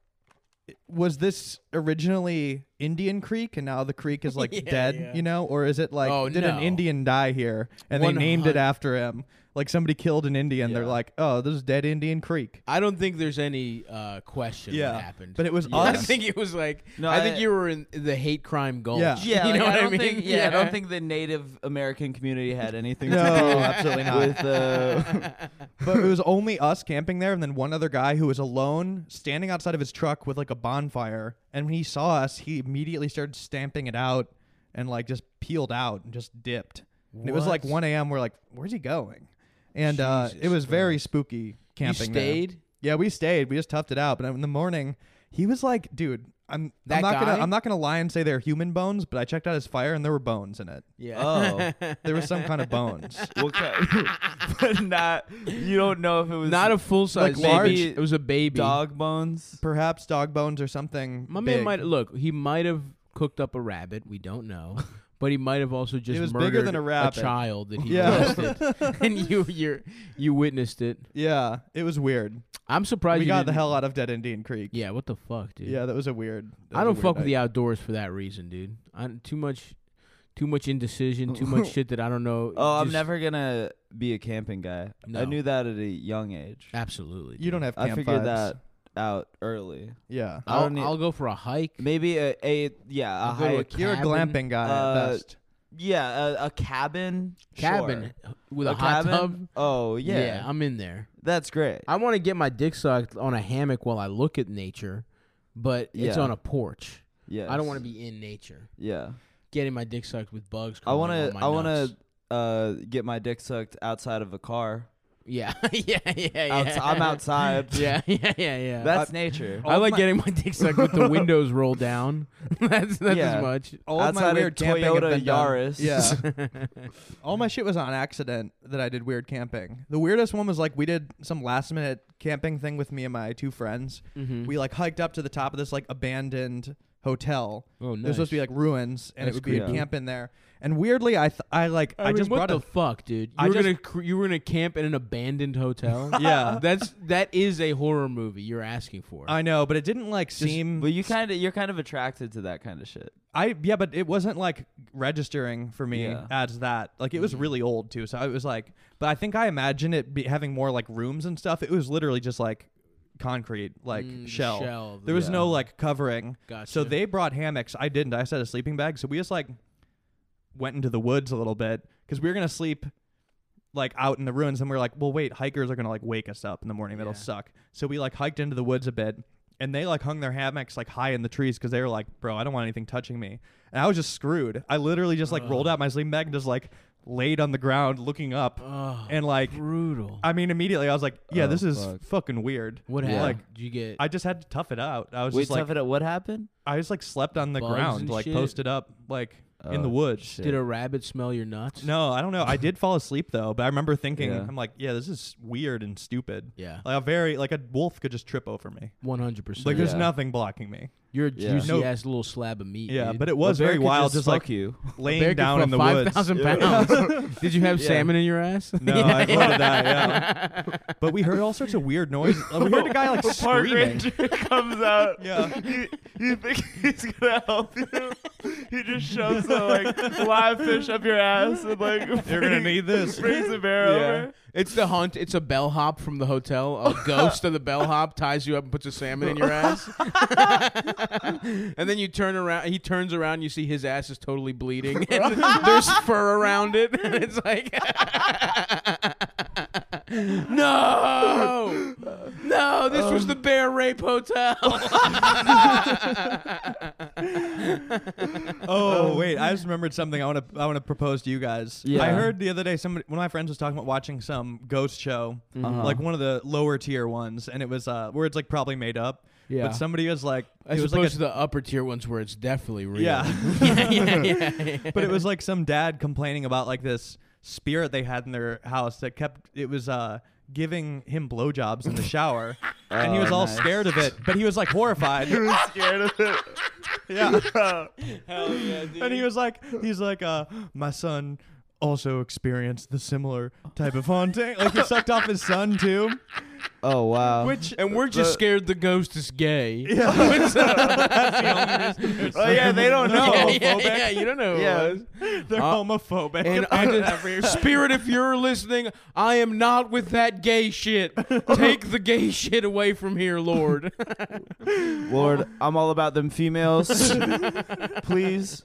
S1: was this originally Indian Creek and now the creek is like
S3: *laughs* Yeah,
S1: dead,
S3: yeah.
S1: you know? Or is it like
S3: Oh,
S1: did an
S3: no.
S1: Indian die here and they named it
S3: 100
S1: after him? Like somebody killed an Indian, they're
S2: Yeah.
S1: like, Oh, this is dead Indian Creek.
S3: I don't think there's any uh, question
S1: Yeah,
S3: what happened.
S1: But it was
S2: Yeah.
S3: *laughs* I
S1: us.
S3: think it was like
S2: No,
S3: I, think
S2: I-
S3: you were in the hate crime gulch.
S1: Yeah.
S2: Yeah,
S3: *laughs* you
S2: like,
S3: know what
S2: I
S3: I,
S2: don't
S3: mean.
S2: Think, yeah, I don't think the Native American community had anything
S1: No,
S2: to do
S1: absolutely not.
S2: with
S3: *laughs*
S2: uh,
S1: but it was only us camping there and then one other guy who was alone standing outside of his truck with like a bonfire and when he saw us, he immediately started stamping it out and like just peeled out and just dipped. And it was like
S3: What?
S1: one AM, we're like, Where's he going? And uh,
S3: Jesus
S1: it was very
S3: Christ.
S1: spooky
S3: you
S1: camping there.
S3: stayed.
S1: Yeah, we stayed. We just toughed it out. But in the morning, he was like, "Dude, I'm I'm
S3: That
S1: not
S3: guy?
S1: gonna I'm not gonna lie and say they're human bones, but I checked out his fire and there were bones in it.
S3: *laughs* Yeah. Oh.
S1: There was some
S3: *laughs*
S1: kind of bones.
S2: what kind, *laughs* but not you don't know if it was
S3: Not a full size
S2: Like large-
S3: baby. It was a baby.
S2: dog bones.
S1: Perhaps dog bones or something.
S3: My
S1: big.
S3: man might look. He might have cooked up a rabbit. We
S1: *laughs*
S3: don't know, but he might have also just
S1: was
S3: murdered
S1: bigger than a rabbit.
S3: child that he
S1: Yeah. *laughs*
S3: roasted, and you you you witnessed it.
S1: Yeah, it was weird.
S3: I'm surprised
S1: we
S3: you
S1: got the
S3: didn't-
S1: hell out of Dead Indian Creek.
S3: Yeah, what the fuck, dude?
S1: Yeah, that was a weird. that
S3: I
S1: was a
S3: don't
S1: weird
S3: fuck with
S1: night.
S3: the outdoors for that reason, dude. I too much, too much indecision, too
S2: *laughs*
S3: much shit that I don't know.
S2: Oh, I'm
S3: just-
S2: never gonna be a camping guy. I
S3: No.
S2: knew that at a young age.
S3: Absolutely,
S1: You don't have. Camp
S2: I figured
S1: vibes.
S2: that out early.
S1: Yeah,
S2: I
S3: I'll,
S2: don't need-
S3: I'll go for a hike.
S2: Maybe a, a yeah a
S3: I'll go to a
S2: hike.
S1: you're a
S3: cabin-
S1: glamping guy at
S2: uh,
S1: best.
S2: yeah a, a cabin
S3: cabin
S2: Sure.
S3: with a, hot
S2: cabin?
S3: tub.
S2: Oh yeah,
S3: I'm in there.
S2: that's great.
S3: I want to get my dick sucked on a hammock while I look at nature, but it's
S2: Yeah.
S3: on a porch.
S2: Yeah,
S3: I don't want to be in nature.
S2: Yeah,
S3: Getting my dick sucked with bugs.
S2: I
S3: want to.
S2: I want to uh, get my dick sucked outside of a car.
S3: *laughs* Yeah, yeah, yeah, yeah.
S2: Outs- I'm outside.
S3: *laughs* yeah, yeah, yeah,
S2: *laughs*
S3: yeah.
S2: That's nature.
S3: I like
S1: my-
S3: getting my dick sucked
S1: *laughs*
S3: with the windows rolled down. *laughs* that's that's
S2: Yeah.
S3: as much.
S1: All of my
S2: outside of
S1: weird camping have
S2: Toyota
S1: been done-
S2: Yaris.
S1: Yeah.
S3: *laughs*
S1: All my shit was on accident that I did weird camping. The weirdest one was like we did some last minute camping thing with me and my two friends.
S3: Mhm.
S1: We like hiked up to the top of this like abandoned hotel.
S3: Oh,
S1: There's supposed to be like ruins and
S3: That's
S1: it would be a
S2: creepy.
S1: camp in there. And weirdly, I th- I like I,
S3: I, mean,
S1: just
S3: what
S1: brought
S3: the
S1: a
S3: fuck, dude? You
S1: I
S3: were
S1: just-
S3: gonna cr- you were gonna camp in an abandoned *laughs* hotel.
S1: *laughs* yeah.
S3: that's that is a horror movie you're asking for.
S1: I know, but it didn't like seem.
S2: But you kind of you're kind of attracted to that kind of shit.
S1: I yeah, but it wasn't like registering for me
S2: Yeah.
S1: as that. Like it was really old too, so I was like. But I think I imagine it be having more like rooms and stuff. It was literally just like concrete, like
S3: Mm, the
S1: shell.
S3: shell of the-
S1: There was no
S2: Yeah.
S1: like covering.
S3: Gotcha.
S1: So they brought hammocks. I didn't. I just had a sleeping bag. So we just like went into the woods a little bit because we were gonna sleep like out in the ruins. And we were like, well, wait, hikers are gonna like wake us up in the morning. That'll
S3: Yeah.
S1: suck. So we like hiked into the woods a bit, and they like hung their hammocks like high in the trees because they were like, bro, I don't want anything touching me. And I was just screwed. I literally just like rolled out my sleeping bag and just like laid on the ground looking up,
S3: Ugh,
S1: and like.
S3: brutal.
S1: I mean, immediately I was like, "Yeah,
S2: Oh,
S1: this is
S2: fuck.
S1: fucking weird."
S3: what
S2: Yeah.
S3: happened?
S1: Like,
S3: Did you get?
S1: I just had to tough it out. I was
S2: Wait,
S1: just like,
S2: tough it up. What happened?
S1: I just like slept on the
S3: Bugs
S1: ground,
S3: and
S1: like
S3: shit?
S1: posted up, like in the
S2: Oh,
S1: woods.
S2: shit.
S3: did a rabbit smell your nuts?
S1: No, I don't know. I did fall asleep though, but I remember thinking,
S2: Yeah.
S1: I'm like, yeah, this is weird and stupid.
S3: Yeah,
S1: Like a very like a wolf could just trip over me.
S3: one hundred percent.
S1: Like there's
S2: Yeah.
S1: nothing blocking me.
S3: You're a
S2: Yeah.
S3: juicy
S1: No-
S3: ass little slab of meat.
S1: Yeah,
S3: dude.
S1: but it was
S2: A bear
S1: very
S2: could
S1: wild,
S2: just,
S1: just
S2: fuck
S1: like
S2: you.
S1: laying
S3: American
S1: down
S3: for
S1: in the
S3: five
S1: woods.
S3: thousand pounds. Did you have
S2: Yeah.
S3: salmon in your ass?
S1: *laughs*
S2: *laughs*
S1: No, I
S3: *laughs*
S1: avoided that. Yeah, but we heard all sorts of weird noise. Uh, we heard a guy like screaming.
S2: *laughs* comes out.
S1: Yeah.
S2: You, you think *laughs* he's gonna help you? He just shoves a like live fish up your ass and like
S1: You're gonna need this.
S2: brings the bear
S1: over.
S3: It's the hunt. It's a bellhop from the hotel.
S1: *laughs*
S3: A ghost of the bellhop ties you up and puts a salmon in your ass. and then you turn around. He turns around. You see his ass is
S1: *laughs*
S3: totally bleeding. And there's fur around it. *laughs* And it's like, no, no, this
S1: Um,
S3: was the bear rape hotel.
S1: Oh wait, I just remembered something. I want to I want to propose to you guys.
S2: Um, Yeah.
S1: I heard the other day somebody one of my friends was talking about watching some ghost show,
S2: Uh-huh.
S1: like one of the lower tier ones, and it was uh where it's like probably made up.
S3: Yeah.
S1: But somebody was like,
S3: I
S1: it was
S3: suppose
S1: like a,
S3: the upper tier ones where
S2: *laughs*
S3: it's *laughs* definitely real.
S1: yeah, *laughs*
S3: yeah, yeah, yeah.
S1: but it was like some dad complaining about like this spirit they had in their house that kept it was uh giving him blowjobs in the shower, and he
S2: Oh,
S1: was all
S2: nice.
S1: scared of it, but he was like
S2: *laughs*
S1: horrified.
S2: scared of
S3: *laughs*
S2: it.
S1: *laughs* yeah,
S3: Hell yeah, dude.
S1: and he was like, he's like, uh, my son also experienced the similar type of haunting. Like he sucked off his son too, *laughs*
S2: Oh wow.
S1: which
S3: and we're just
S2: The-
S3: scared the ghost is gay. *laughs*
S1: Yeah.
S2: oh yeah, they don't know.
S3: yeah, yeah, yeah, you don't know. who it
S2: Yeah.
S3: was.
S1: they're
S3: Uh,
S1: homophobic.
S3: And
S1: *laughs*
S3: I just, spirit, if you're listening, I am not with that gay shit. Take the gay *laughs* shit away from here, *laughs* Lord.
S2: Lord, I'm all about them
S3: *laughs*
S2: females. Please.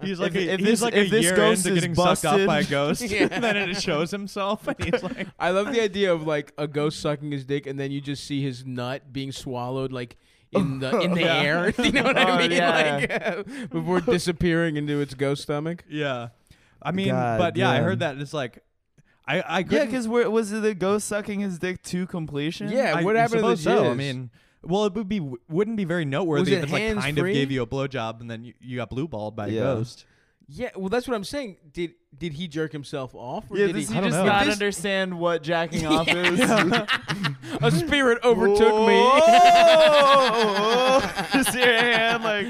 S1: He's like,
S2: If-
S1: a,
S2: if
S1: he's
S2: this-
S1: like
S2: if
S1: a
S2: this
S1: year
S2: ghost
S1: into
S2: is
S1: getting sucked
S2: busted-
S1: off by a ghost, *laughs*
S3: Yeah.
S1: and then it shows himself, and he's like,
S3: I love the idea of like a ghost sucking his dick, and then you just see his nut being swallowed like in the *laughs* in the
S1: Yeah.
S3: air. You know what I
S2: Oh,
S3: mean?
S2: yeah.
S3: Like uh, before disappearing into its ghost stomach.
S1: *laughs* yeah. I mean,
S2: God,
S1: but yeah, I
S2: yeah.
S1: heard that. and It's like, I, I
S2: Yeah,
S1: couldn't.
S2: because was it the ghost sucking his dick to completion?
S3: Yeah,
S1: I
S3: what happened to the
S1: suppose so. I
S3: jizz?
S1: mean, well, it would be wouldn't be very noteworthy
S3: Was
S1: if
S3: it
S1: it like kind
S3: hands-free?
S1: of gave you a blowjob and then you, you got blue balled by
S2: Yeah.
S1: a ghost.
S3: yeah. Well, that's what I'm saying. Did did he jerk himself off? Or
S2: Yeah,
S3: did
S2: does
S3: he?
S2: he
S1: I don't
S2: just
S1: know.
S2: not
S3: This-
S2: understand what jacking off
S3: *laughs* Yeah.
S2: is?
S3: a spirit overtook
S1: *laughs*
S2: Whoa! Oh! Just
S3: me.
S2: your hand like,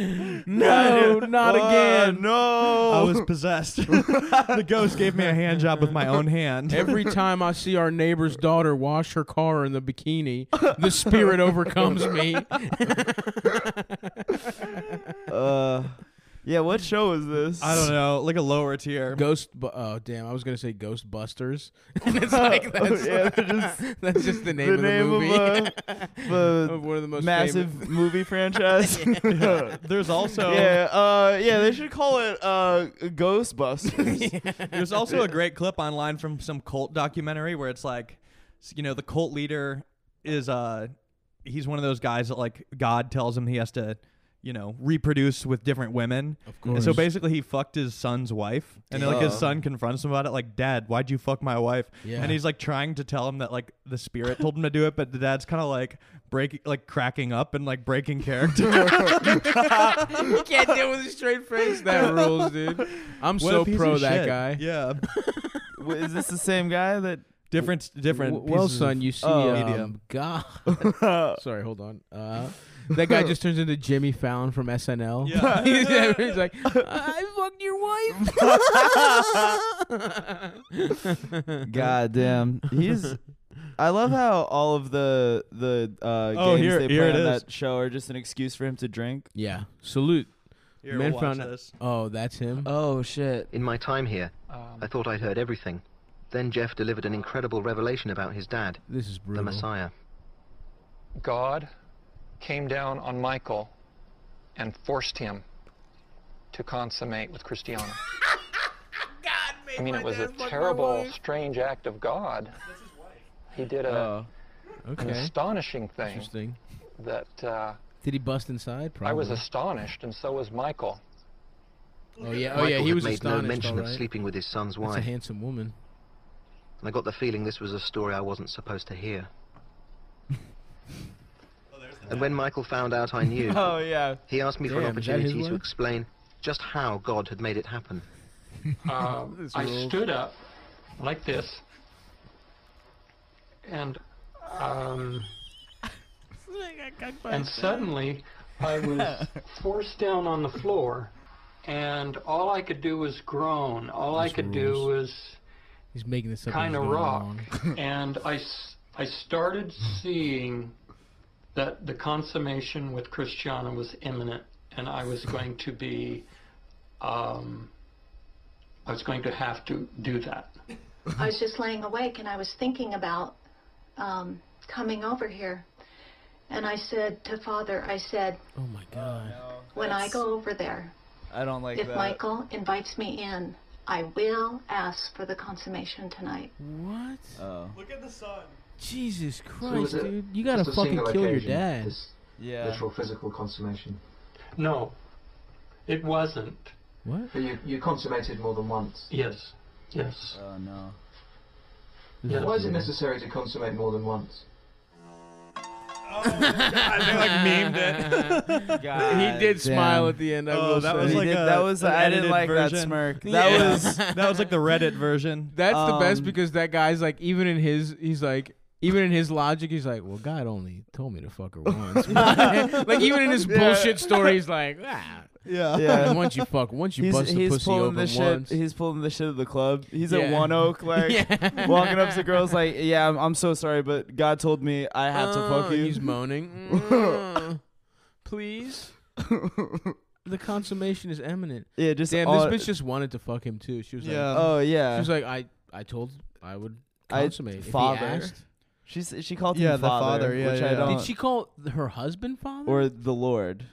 S3: no, not
S2: "Oh,
S3: again.
S2: No.
S1: I was
S2: *laughs*
S1: possessed. the ghost gave me a hand job with my own hand.
S3: Every time I see our neighbor's daughter wash her car in the bikini, the spirit overcomes me.
S2: Uh, yeah, what show is this?
S1: I
S3: *laughs*
S1: don't know, like a lower tier.
S3: Ghost, bu- oh damn! I was gonna say Ghostbusters, *laughs* and
S2: *laughs*
S3: it's like that's,
S2: Oh, Yeah, they're just-
S3: that's just the *laughs* name of the movie
S2: of a,
S3: *laughs* of one of the
S2: the
S3: most
S2: massive
S3: famous- *laughs*
S2: movie franchise. *laughs* yeah.
S1: There's also
S2: uh, yeah, they should call it uh,
S3: *laughs*
S2: Ghostbusters.
S1: There's also a great clip online from some cult documentary where it's like, s- you know, the cult leader is uh, he's one of those guys that like God tells him he has to, you know, reproduce with different women.
S3: Of
S1: And
S3: course.
S1: so basically, he fucked his son's wife, and then, like his
S2: Damn.
S1: son confronts him about it, like, "Dad, why'd you fuck my wife?"
S3: Yeah.
S1: And he's like trying to tell him that like the spirit told him to do it, but the dad's kind of like break, like cracking up and like breaking character.
S3: you can't deal with a straight face. That rules, dude. I'm
S1: What a
S3: *laughs* so
S1: piece
S3: pro
S1: of
S3: that
S1: shit.
S3: guy.
S1: Yeah,
S2: W- is this the same guy
S3: *laughs*
S2: that?
S1: different, different.
S3: W- well,
S1: pieces
S3: son,
S1: of-
S3: you see,
S2: Oh.
S3: um, God. Sorry, hold on. Uh, that guy just turns into Jimmy Fallon from SNL.
S1: Yeah.
S3: *laughs* He's like, I fucked your wife.
S2: God damn, he's. I
S3: *laughs*
S2: love how all of the the uh,
S1: Oh,
S2: games
S1: here-
S2: they
S1: here
S2: play
S1: it
S2: on
S1: is.
S2: that show are just an excuse for him to drink.
S3: Yeah. Salute.
S1: Here,
S3: Man
S1: watch
S3: found-
S1: this.
S3: Oh, that's him.
S2: Oh shit!
S4: In my time here, I thought I'd heard everything. Then Jeff delivered an incredible revelation about his dad,
S3: this is
S4: the
S3: brutal.
S4: Messiah.
S5: God came down on Michael and forced him to consummate with Christiana. I mean, it was a terrible, strange act of God. He did a,
S2: Oh,
S5: an
S3: Oh, Okay.
S5: astonishing thing
S3: Interesting. Mm-hmm.
S5: that uh,
S3: Did he bust inside? Probably.
S5: I was astonished, and so was Michael.
S3: oh yeah. Oh
S4: Michael
S3: yeah. He
S4: had
S3: was
S4: made no
S3: astonished.
S4: mention
S3: all
S4: of
S3: right.
S4: sleeping with his son's
S3: That's a
S4: wife,
S3: handsome woman.
S4: and I got the feeling this was a story I wasn't supposed to hear. and when Michael found out
S3: *laughs*
S4: I knew,
S2: Oh yeah.
S4: he asked me for an
S3: Damn, is that his
S4: opportunity to
S3: wife?
S4: explain just how God had made it happen.
S5: Um, I stood up like this, and um, and suddenly I *laughs* was forced down on the floor, and all I could do was groan. All I
S3: These
S5: could do
S3: rules.
S5: was
S3: He's making this up. as
S5: kind of
S3: he's going
S5: rock,
S3: along.
S5: and I s- I started seeing that the consummation with Christiana was imminent, and I was going to be. Um, I was going to have to do that.
S6: I was just laying awake and I was thinking about um, coming over here. And I said to Father, I said,
S3: Oh my god.
S6: when I go over there,
S2: I don't like
S6: if
S2: that.
S6: Michael invites me in, I will ask for the consummation tonight.
S3: What?
S2: oh
S1: Look at the sun.
S3: Jesus
S7: So
S3: Christ,
S7: is it-
S3: dude! You gotta
S7: just a
S3: fucking
S7: single
S3: kill your
S7: occasion,
S3: dad.
S7: this
S2: yeah.
S7: Literal physical consummation.
S5: No, it wasn't.
S3: What?
S7: But you, you consummated more than once.
S5: Yes, yes.
S2: Oh no.
S5: Yeah.
S7: Why is it necessary to consummate more than once?
S1: Oh, they like memed it.
S3: he did smile at the end. I
S1: Oh,
S3: will
S1: that
S3: say.
S1: was
S2: He
S1: like
S2: did-
S1: a-
S2: that was
S1: an
S2: I didn't
S1: edited
S2: like that
S1: version.
S2: smirk. That
S3: *laughs* Yeah.
S2: was
S1: that was like the Reddit version.
S3: That's the best
S2: Um,
S3: because that guy's like, even in his, he's like, even in his logic, he's like, well, God only told me to fuck her
S2: *laughs*
S3: once. like, even in his bullshit story, he's like, ah.
S1: *laughs* Yeah.
S2: Yeah.
S3: Once you fuck, once you
S2: he's,
S3: bust the
S2: he's
S3: pussy
S2: pulling
S3: open
S2: the shit.
S3: once. *laughs*
S2: He's pulling the shit at the club. He's at
S3: Yeah.
S2: One
S3: *laughs*
S2: Oak, like
S3: Yeah.
S2: walking up to girls, like, yeah, I'm, I'm so sorry, but God told me I have to
S3: Oh,
S2: fuck you. *laughs*
S3: He's moaning. Mm, Please. the consummation is imminent.
S2: yeah, just
S3: Damn,
S2: all-
S3: this bitch just wanted to fuck him too. She was
S1: Yeah.
S3: like,
S2: Oh yeah,
S3: she was like, I, I told, I would
S2: I-
S3: consummate. if he
S2: father.
S3: asked.
S2: She's she called
S1: Yeah,
S2: him
S1: the
S2: father,
S1: father, yeah,
S2: which I
S1: yeah.
S2: don't.
S3: Did she call her husband father?
S2: or the Lord?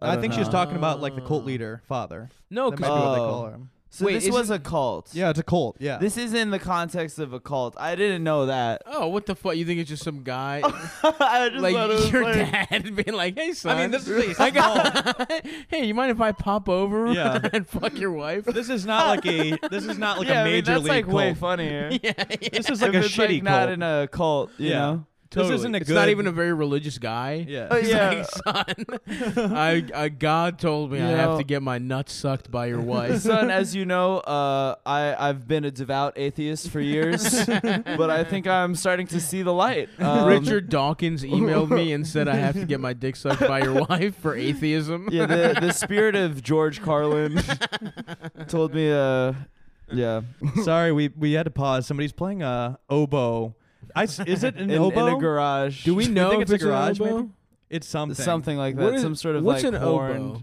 S1: I,
S2: don't
S1: think she's
S2: know.
S1: talking about like the cult leader father.
S3: no,
S1: That might
S3: 'cause-
S1: be what they
S2: Oh.
S1: call him.
S2: So
S3: Wait,
S2: this was
S3: isn't-
S2: a cult.
S1: Yeah, it's a cult. Yeah.
S2: This is in the context of a cult. I didn't know that. *laughs*
S3: oh, what the fuck? You think it's just some
S1: *laughs*
S3: guy,
S2: I just thought it
S3: like
S2: was
S3: your
S2: like-
S3: dad, being *laughs* like, "Hey, son."
S1: I mean,
S3: *laughs*
S1: this
S2: *laughs*
S1: is a
S3: hey, you mind if I pop over
S1: Yeah.
S3: *laughs* and fuck
S1: *laughs*
S3: your wife?
S1: This is not like
S3: *laughs*
S1: a. This is not like
S2: yeah,
S1: a major
S2: I mean, that's
S1: league
S2: like
S1: cult.
S2: way funnier.
S3: yeah, yeah.
S1: This is like
S2: if
S1: a
S2: it's
S1: shitty cult.
S2: like not in a cult, you
S1: Yeah.
S2: know.
S1: This isn't a
S3: it's
S1: good.
S3: not even a very religious guy.
S1: Yeah.
S2: *laughs* Oh, yeah.
S3: *laughs* Like,
S1: *laughs*
S3: son, I, I God told me
S2: You
S3: I have
S2: know-
S3: to get my nuts sucked by
S1: *laughs*
S3: your wife.
S2: Son, as you know, uh, I I've been a devout atheist for *laughs* years, but I think I'm starting to see the *laughs* light. Um,
S3: Richard Dawkins emailed me and said I have to get my dick sucked by *laughs* your wife for atheism.
S2: Yeah, the *laughs* the spirit of George Carlin *laughs* told me. Uh, yeah,
S1: *laughs* Sorry, we we had to pause. Somebody's playing a oboe. I s is it an
S2: *laughs* in, in
S1: oboe?
S2: a garage.
S3: Do we know
S1: think
S3: if
S1: it's a
S3: an
S1: garage,
S3: oboe?
S1: maybe? It's something.
S2: something like
S3: What
S2: that?
S3: is-
S2: Some sort of
S3: what's
S2: like
S3: an
S2: horned
S3: oboe?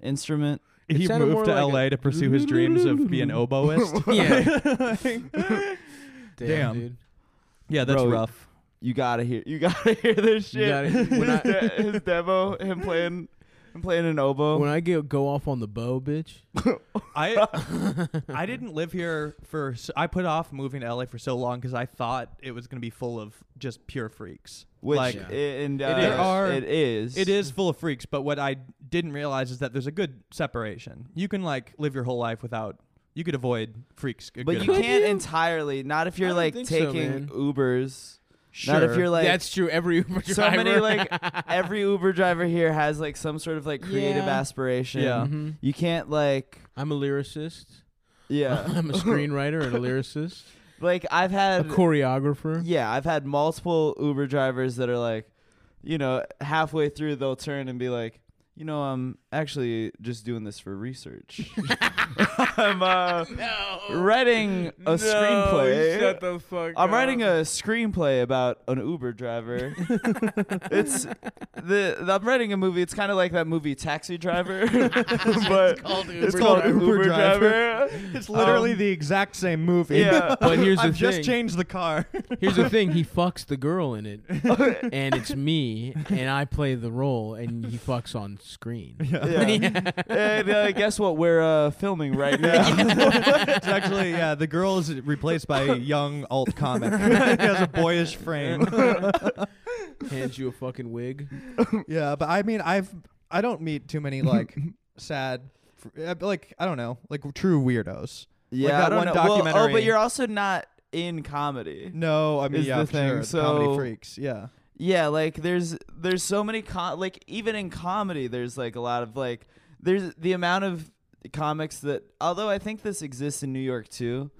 S2: instrument.
S3: It
S1: He
S3: sounded more
S1: moved to
S3: like
S1: LA
S3: a-
S1: to pursue his dreams of being an
S3: *laughs*
S1: oboist.
S3: Yeah. Damn,
S1: Damn.
S3: dude.
S1: Yeah, that's
S2: Bro,
S1: rough.
S2: You gotta hear. You gotta *laughs* hear this
S3: You
S2: shit.
S3: gotta- when
S2: his,
S3: I-
S2: de- his demo, him playing, him playing an oboe.
S3: When I get, go off on the bow, bitch.
S1: I I didn't live here for. s I I put off moving to LA for so long because I thought it was gonna be full of just pure freaks.
S2: which
S1: like
S2: i- and uh,
S1: is. Are-
S2: it is.
S1: It is full of freaks, but what I didn't realize is that there's a good separation. You can like live your whole life without. You could avoid freaks. a
S2: But
S1: good
S2: you
S1: amount.
S2: can't entirely. Not if
S3: I
S2: you're
S3: don't
S2: like
S3: think so,
S2: taking
S3: man.
S1: *laughs*
S2: Ubers. Not if
S1: Sure.
S2: you're like
S3: That's true. Every Uber driver.
S2: so many
S3: *laughs*
S2: like
S1: *laughs*
S2: every Uber driver here has like some sort of like creative
S3: Yeah.
S2: aspiration.
S1: Yeah.
S3: Mhm.
S2: You can't like
S3: I'm a lyricist.
S1: *laughs*
S2: yeah.
S3: *laughs* I'm a screenwriter and
S2: *laughs*
S3: a lyricist.
S2: like I've
S3: A
S2: had
S3: choreographer.
S2: yeah, I've had multiple Uber drivers that are like, you know, halfway through they'll turn and be like, you know, I'm actually just doing this
S1: *laughs*
S2: for research. *laughs* I'm uh, writing a screenplay.
S3: the fuck
S2: I'm writing a screenplay about an Uber driver. it's the, the- I'm writing a movie. It's kind of like that movie Taxi Driver, *laughs* but
S3: called
S2: it's
S3: Uber
S2: called
S3: Driver.
S2: Uber,
S1: Uber Driver.
S2: Driver.
S1: It's literally
S2: Um,
S1: the exact same movie.
S2: yeah.
S3: *laughs* But here's the
S1: I've just
S3: thing.
S1: changed the car.
S2: *laughs*
S3: Here's the thing. He fucks the girl in it, and it's me, and I play the role, and he fucks on screen. *laughs*
S2: Yeah. and uh, guess what? We're uh, filming right now.
S1: *laughs*
S2: *laughs*
S1: it's actually yeah. The girl is replaced by a young alt comic. he has a *laughs* boyish frame.
S3: Hands you a fucking wig.
S1: yeah, but I mean, I've I don't meet too many like sad, fr- uh, like I don't know, like true weirdos.
S2: yeah,
S1: that
S2: I don't
S1: one
S2: know. Well, oh, but
S1: documentary.
S2: you're also not in comedy.
S1: No, I mean
S2: Is
S1: yeah,
S2: the thing,
S1: sure,
S2: so-
S1: comedy freaks. Yeah,
S2: Yeah, like there's there's so many com- like even in comedy there's like a lot of like there's the amount of comics that although I think this exists in New York too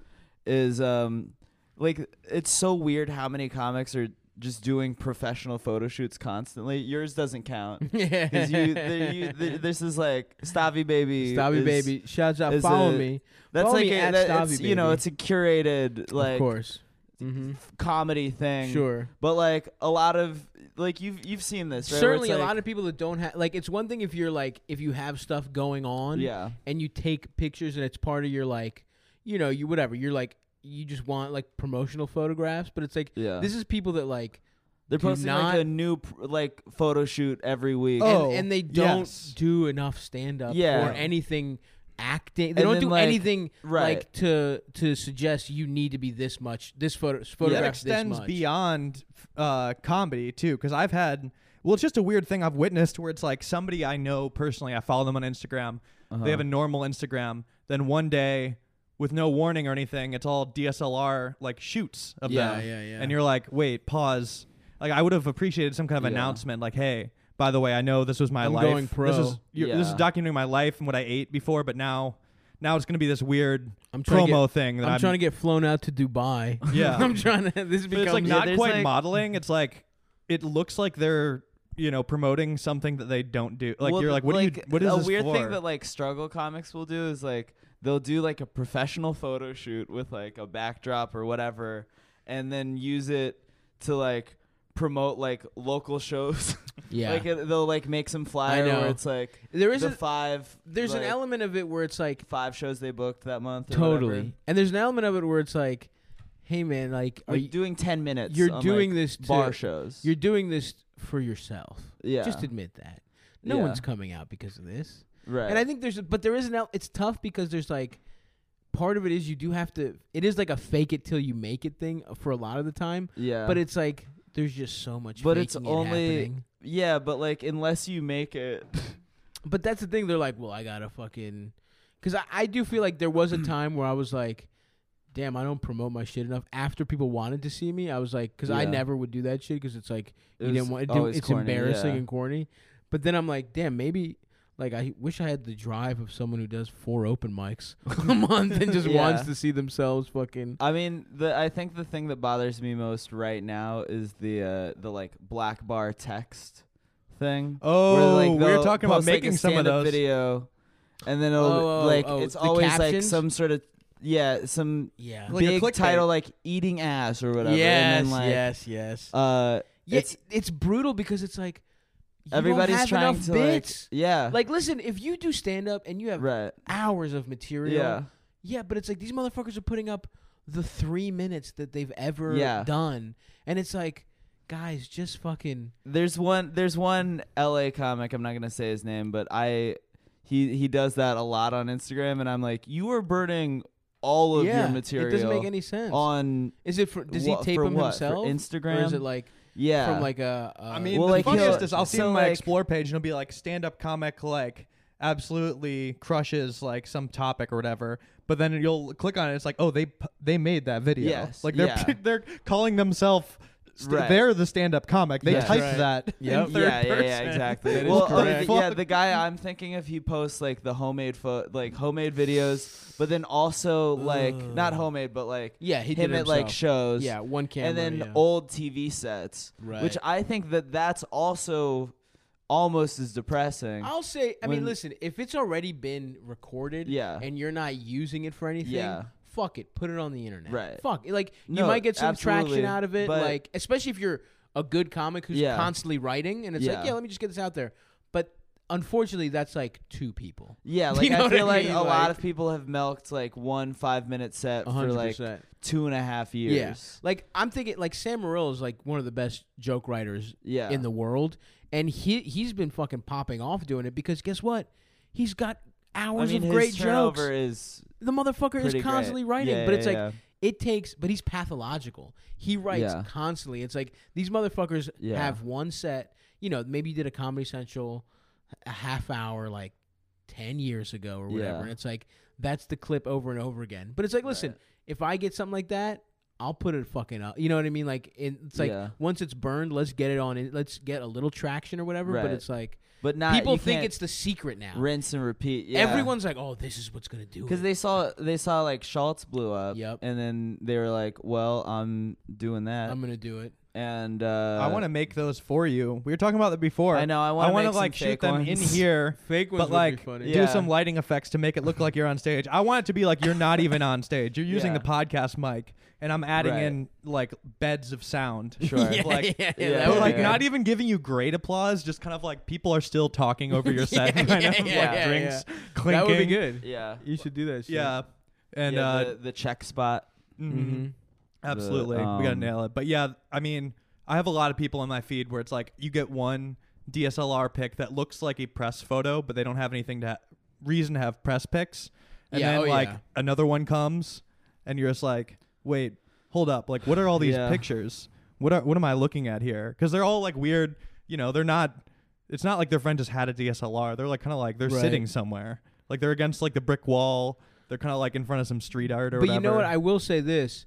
S2: is um like it's so weird how many comics are just doing professional photo shoots constantly. Yours doesn't count.
S3: Yeah.
S2: Cuz
S3: *laughs*
S2: you, the, you the, this is like Stabby Baby.
S3: Stabby
S2: is-
S3: baby, shout out,
S2: is
S3: follow
S2: a-
S3: me.
S2: That's
S3: Follow
S2: like
S3: me
S2: a,
S3: at
S2: that,
S3: Stabby
S2: it's, you know,
S3: Baby.
S2: it's a curated like Mm-hmm.
S3: of course. hmm
S2: comedy thing.
S3: Sure.
S2: But like a lot of like you've you've seen this right? Where
S3: Certainly,
S2: it's
S3: a
S2: like-
S3: lot of people that don't have like it's one thing if you're like if you have stuff going on,
S2: Yeah.
S3: and you take pictures and it's part of your like, you know, you whatever you're like you just want like promotional photographs, but it's like
S2: Yeah.
S3: this is people that like
S2: They're
S3: do
S2: posting like
S3: not-
S2: a new pr- like photo shoot every week.
S1: Oh,
S3: and, and they don't
S1: yes.
S3: do enough stand up
S2: Yeah.
S3: or anything acting. They
S2: And
S3: don't
S2: then,
S3: do
S2: like-
S3: anything
S2: right.
S3: like to to suggest you need to be this much this photo
S1: that
S3: photograph
S1: extends
S3: this much.
S1: beyond uh, comedy too, because I've had. Well, it's just a weird thing I've witnessed where it's like somebody I know personally. I follow them on Instagram. They
S3: Uh-huh.
S1: have a normal Instagram. Then one day, with no warning or anything, it's all DSLR like shoots of
S3: Yeah,
S1: them.
S3: yeah, yeah.
S1: And you're like, wait, pause. Like I would have appreciated some kind of
S2: Yeah.
S1: announcement, like, "Hey, by the way, I know this was my
S3: I'm
S1: life.
S3: going
S1: This
S3: pro."
S1: is you- this is
S2: Yeah.
S1: documenting my life and what I ate before, but now, now it's going to be this weird
S3: I'm trying to
S1: promo
S3: get-
S1: thing that
S3: I'm, trying to get flown out to Dubai.
S1: *laughs* Yeah.
S3: *laughs* I'm trying to. This
S1: But
S3: becomes
S1: it's like
S2: Yeah,
S1: not
S2: there's,
S1: quite
S2: like-
S1: modeling. It's like it looks like they're you know promoting something that they don't do. Like
S2: Well,
S1: you're like, what
S2: like,
S1: do you? What is
S2: a
S1: this
S2: weird
S1: for?
S2: thing that like struggle comics will do is like they'll do like a professional photo shoot with like a backdrop or whatever, and then use it to like promote like local shows. *laughs*
S3: Yeah.
S2: like it- they'll like make some flyer
S3: know.
S2: where it's like
S3: There
S2: the
S3: isn't-
S2: five.
S3: there's an
S2: like,
S3: element of it where it's like
S2: Five shows they booked that month. or whatever.
S3: totally, and there's an element of it where it's like, hey man, like, are
S2: Like
S3: you,
S2: doing ten minutes.
S3: you're
S2: on,
S3: doing
S2: like,
S3: this to-
S2: bar shows.
S3: you're doing this for yourself?
S2: yeah,
S3: Just admit that. No
S2: Yeah.
S3: one's coming out because of this.
S2: right.
S3: And I think there's, but there is an. el- It's tough because there's like, part of it is you do have to. It is like a fake it till you make it thing for a lot of the time.
S2: yeah,
S3: But it's like there's just so much.
S2: But it's
S3: faking it
S2: only-
S3: happening.
S2: yeah, but like unless you make it.
S3: But that's the thing. They're like, well, I gotta fucking. Because I, I do feel like there
S2: *clears throat*
S3: was a time where I was like, damn, I don't promote my shit enough. After people wanted to see me, I was like, because I
S2: Yeah.
S3: never would do that shit because it's like
S2: It
S3: *laughs* you
S2: was
S3: didn't want. It didn't-
S2: always
S3: it's
S2: corny,
S3: embarrassing
S2: yeah.
S3: and corny. But then I'm like, damn, maybe. Like I wish I had the drive of someone who does four open mics *laughs* a month and just wants
S2: Yeah.
S3: to see themselves fucking.
S2: *laughs* I mean, the I think the thing that bothers me most right now is the uh, the like black bar text thing.
S1: Oh,
S2: like,
S1: we were
S2: they'll
S1: talking about
S2: post, like,
S1: making
S2: a
S1: some of
S2: stand-up
S1: those.
S2: video, and then it'll
S3: Oh, oh,
S2: like
S3: oh,
S2: it's
S3: the
S2: always like
S3: captions?
S2: some sort of yeah some
S3: Yeah.
S1: Like a
S2: big
S1: clickbait.
S2: title like eating ass or whatever.
S3: yes,
S2: and then, like,
S3: yes. Yes.
S2: Uh,
S3: Yeah,
S2: it's-
S3: it's, it's brutal because it's like you don't
S2: everybody's
S3: have
S2: trying
S3: enough
S2: to
S3: bits.
S2: like yeah
S3: Like, listen, if you do stand up and you have
S2: right
S3: hours of material,
S2: yeah
S3: yeah, but it's like these motherfuckers are putting up the three minutes that they've ever
S2: Yeah.
S3: done, and it's like, guys, just fucking
S2: There's one there's one LA comic, I'm not gonna say his name, but I he he does that a lot on Instagram and I'm like, You are burning all of
S3: yeah,
S2: your material
S3: It doesn't make any sense.
S2: on
S3: is it for? Does
S2: wha-
S3: he tape
S2: for
S3: them
S2: what? For
S3: himself?
S2: Instagram?
S3: or is it like
S2: yeah.
S3: from like a? a
S1: I mean,
S2: Well,
S1: the
S2: like,
S1: funniest
S2: he'll-
S1: is I'll see
S2: so,
S1: on my
S2: like-
S1: explore page and it'll be like stand-up comic like absolutely crushes like some topic or whatever. But then you'll click on it. It's like, oh, they p- they made that video.
S2: Yes,
S1: like they're
S2: yeah.
S1: *laughs* they're calling themselves. St-
S2: Right.
S1: They're the stand-up comic. They
S2: Yeah.
S1: typed
S3: Right.
S1: that.
S3: Yep.
S1: In
S2: yeah,
S1: third
S2: yeah,
S1: person.
S2: yeah, exactly.
S3: *laughs* That is
S2: well, okay,
S1: correct.
S2: the- yeah, the guy I'm thinking of, he posts like the homemade fo- like homemade videos, but then also like not homemade, but like
S3: yeah, he
S2: him
S3: did it
S2: at like
S3: himself.
S2: shows,
S3: Yeah, one camera.
S2: and then
S3: yeah.
S2: old TV sets, which
S3: Right.
S2: I think that that's also almost as depressing.
S3: I'll say, I
S2: When-
S3: mean, listen, if it's already been recorded
S2: Yeah.
S3: and you're not using it for anything,
S2: Yeah.
S3: fuck it. Put it on the internet.
S2: Right.
S3: Fuck. it. Like,
S2: No,
S3: you might get some
S2: absolutely,
S3: traction out of it.
S2: but-
S3: Like, especially if you're a good comic who's
S2: Yeah.
S3: constantly writing and it's
S2: Yeah.
S3: like, yeah, let me just get this out there. But unfortunately, that's like two people. *laughs*
S2: Yeah,
S3: You
S2: like
S3: know
S2: I
S3: what
S2: feel
S3: I
S2: like
S3: mean?
S2: a lot
S3: Like-
S2: of people have milked like one five minute set for like
S3: 100%.
S2: two and a half
S3: Yeah.
S2: years.
S3: Like, I'm thinking, like, Sam Morrill is like one of the best joke writers
S2: Yeah.
S3: in the world. And he, he's been fucking popping off doing it because guess what? He's got
S2: I
S3: hours
S2: mean,
S3: of
S2: his
S3: great jokes.
S2: turnover is
S3: the motherfucker
S2: Pretty
S3: is constantly
S2: great.
S3: writing,
S2: Yeah,
S3: but it's
S2: yeah,
S3: like
S2: yeah.
S3: it takes. But he's pathological. He writes
S2: Yeah.
S3: constantly. It's like these motherfuckers
S2: Yeah.
S3: have one set. You know, maybe you did a Comedy Central a half hour like ten years ago or whatever,
S2: Yeah.
S3: and it's like that's the clip over and over again. But it's like, listen,
S2: Right.
S3: if I get something like that. I'll put it fucking up. You know what I mean? Like in, it's like
S2: Yeah.
S3: once it's burned, let's get it on. it. Let's get a little traction or whatever.
S2: Right.
S3: But it's like
S2: but not
S3: people
S2: you
S3: think
S2: can't
S3: it's the secret now.
S2: rinse and repeat. Yeah.
S3: Everyone's like, "Oh, this is what's gonna do."
S2: because
S3: it."
S2: they saw they saw like Schultz blew up,
S3: Yep.
S2: and then they were like, "Well, I'm doing that,"
S3: I'm gonna do it.
S2: and uh,
S1: I want to make those for you. We were talking about that before.
S2: I know, I wanna
S1: want
S2: make some
S1: like shoot
S2: fake
S1: them in
S2: ones.
S1: here,
S3: Fake ones
S1: but
S3: would be
S1: like
S3: funny.
S1: do
S2: Yeah.
S1: some lighting effects to make it look like you're on stage. I want it to be like you're not even on stage. You're using
S2: Yeah.
S1: the podcast mic, and I'm adding
S2: Right.
S1: in like beds of
S3: *laughs*
S1: sound.
S2: Sure.
S1: Of, *laughs* like,
S3: yeah,
S2: yeah,
S3: that
S2: that
S1: but,
S3: would
S1: like
S3: be
S1: not even giving you great applause, just kind of like people are still talking over your *laughs* set,
S3: *laughs* Yeah,
S1: and kind of
S3: yeah,
S1: like
S3: yeah,
S1: drinks
S3: yeah.
S1: clinking.
S3: good. That would be good.
S2: *laughs* yeah,
S3: You should do that.
S1: Yeah, and
S2: yeah,
S1: uh,
S2: the, the check spot.
S3: mm-hmm.
S1: mhm. Absolutely. we got to
S2: um,
S1: nail it. But yeah, I mean, I have a lot of people on my feed where it's like you get one DSLR pic that looks like a press photo, but they don't have anything to ha- reason to have press pics. And
S3: Yeah,
S1: then
S3: oh,
S1: like
S3: yeah.
S1: another one comes and you're just like, "Wait, hold up. Like what are all these
S2: Yeah.
S1: pictures? What are what am I looking at here?" Cuz they're all like weird, you know, they're not it's not like their friend just had a DSLR. They're like kind of like they're
S3: Right.
S1: sitting somewhere. Like they're against like the brick wall. They're kind of like in front of some street art or
S3: But
S1: whatever.
S3: you know what? I will say this.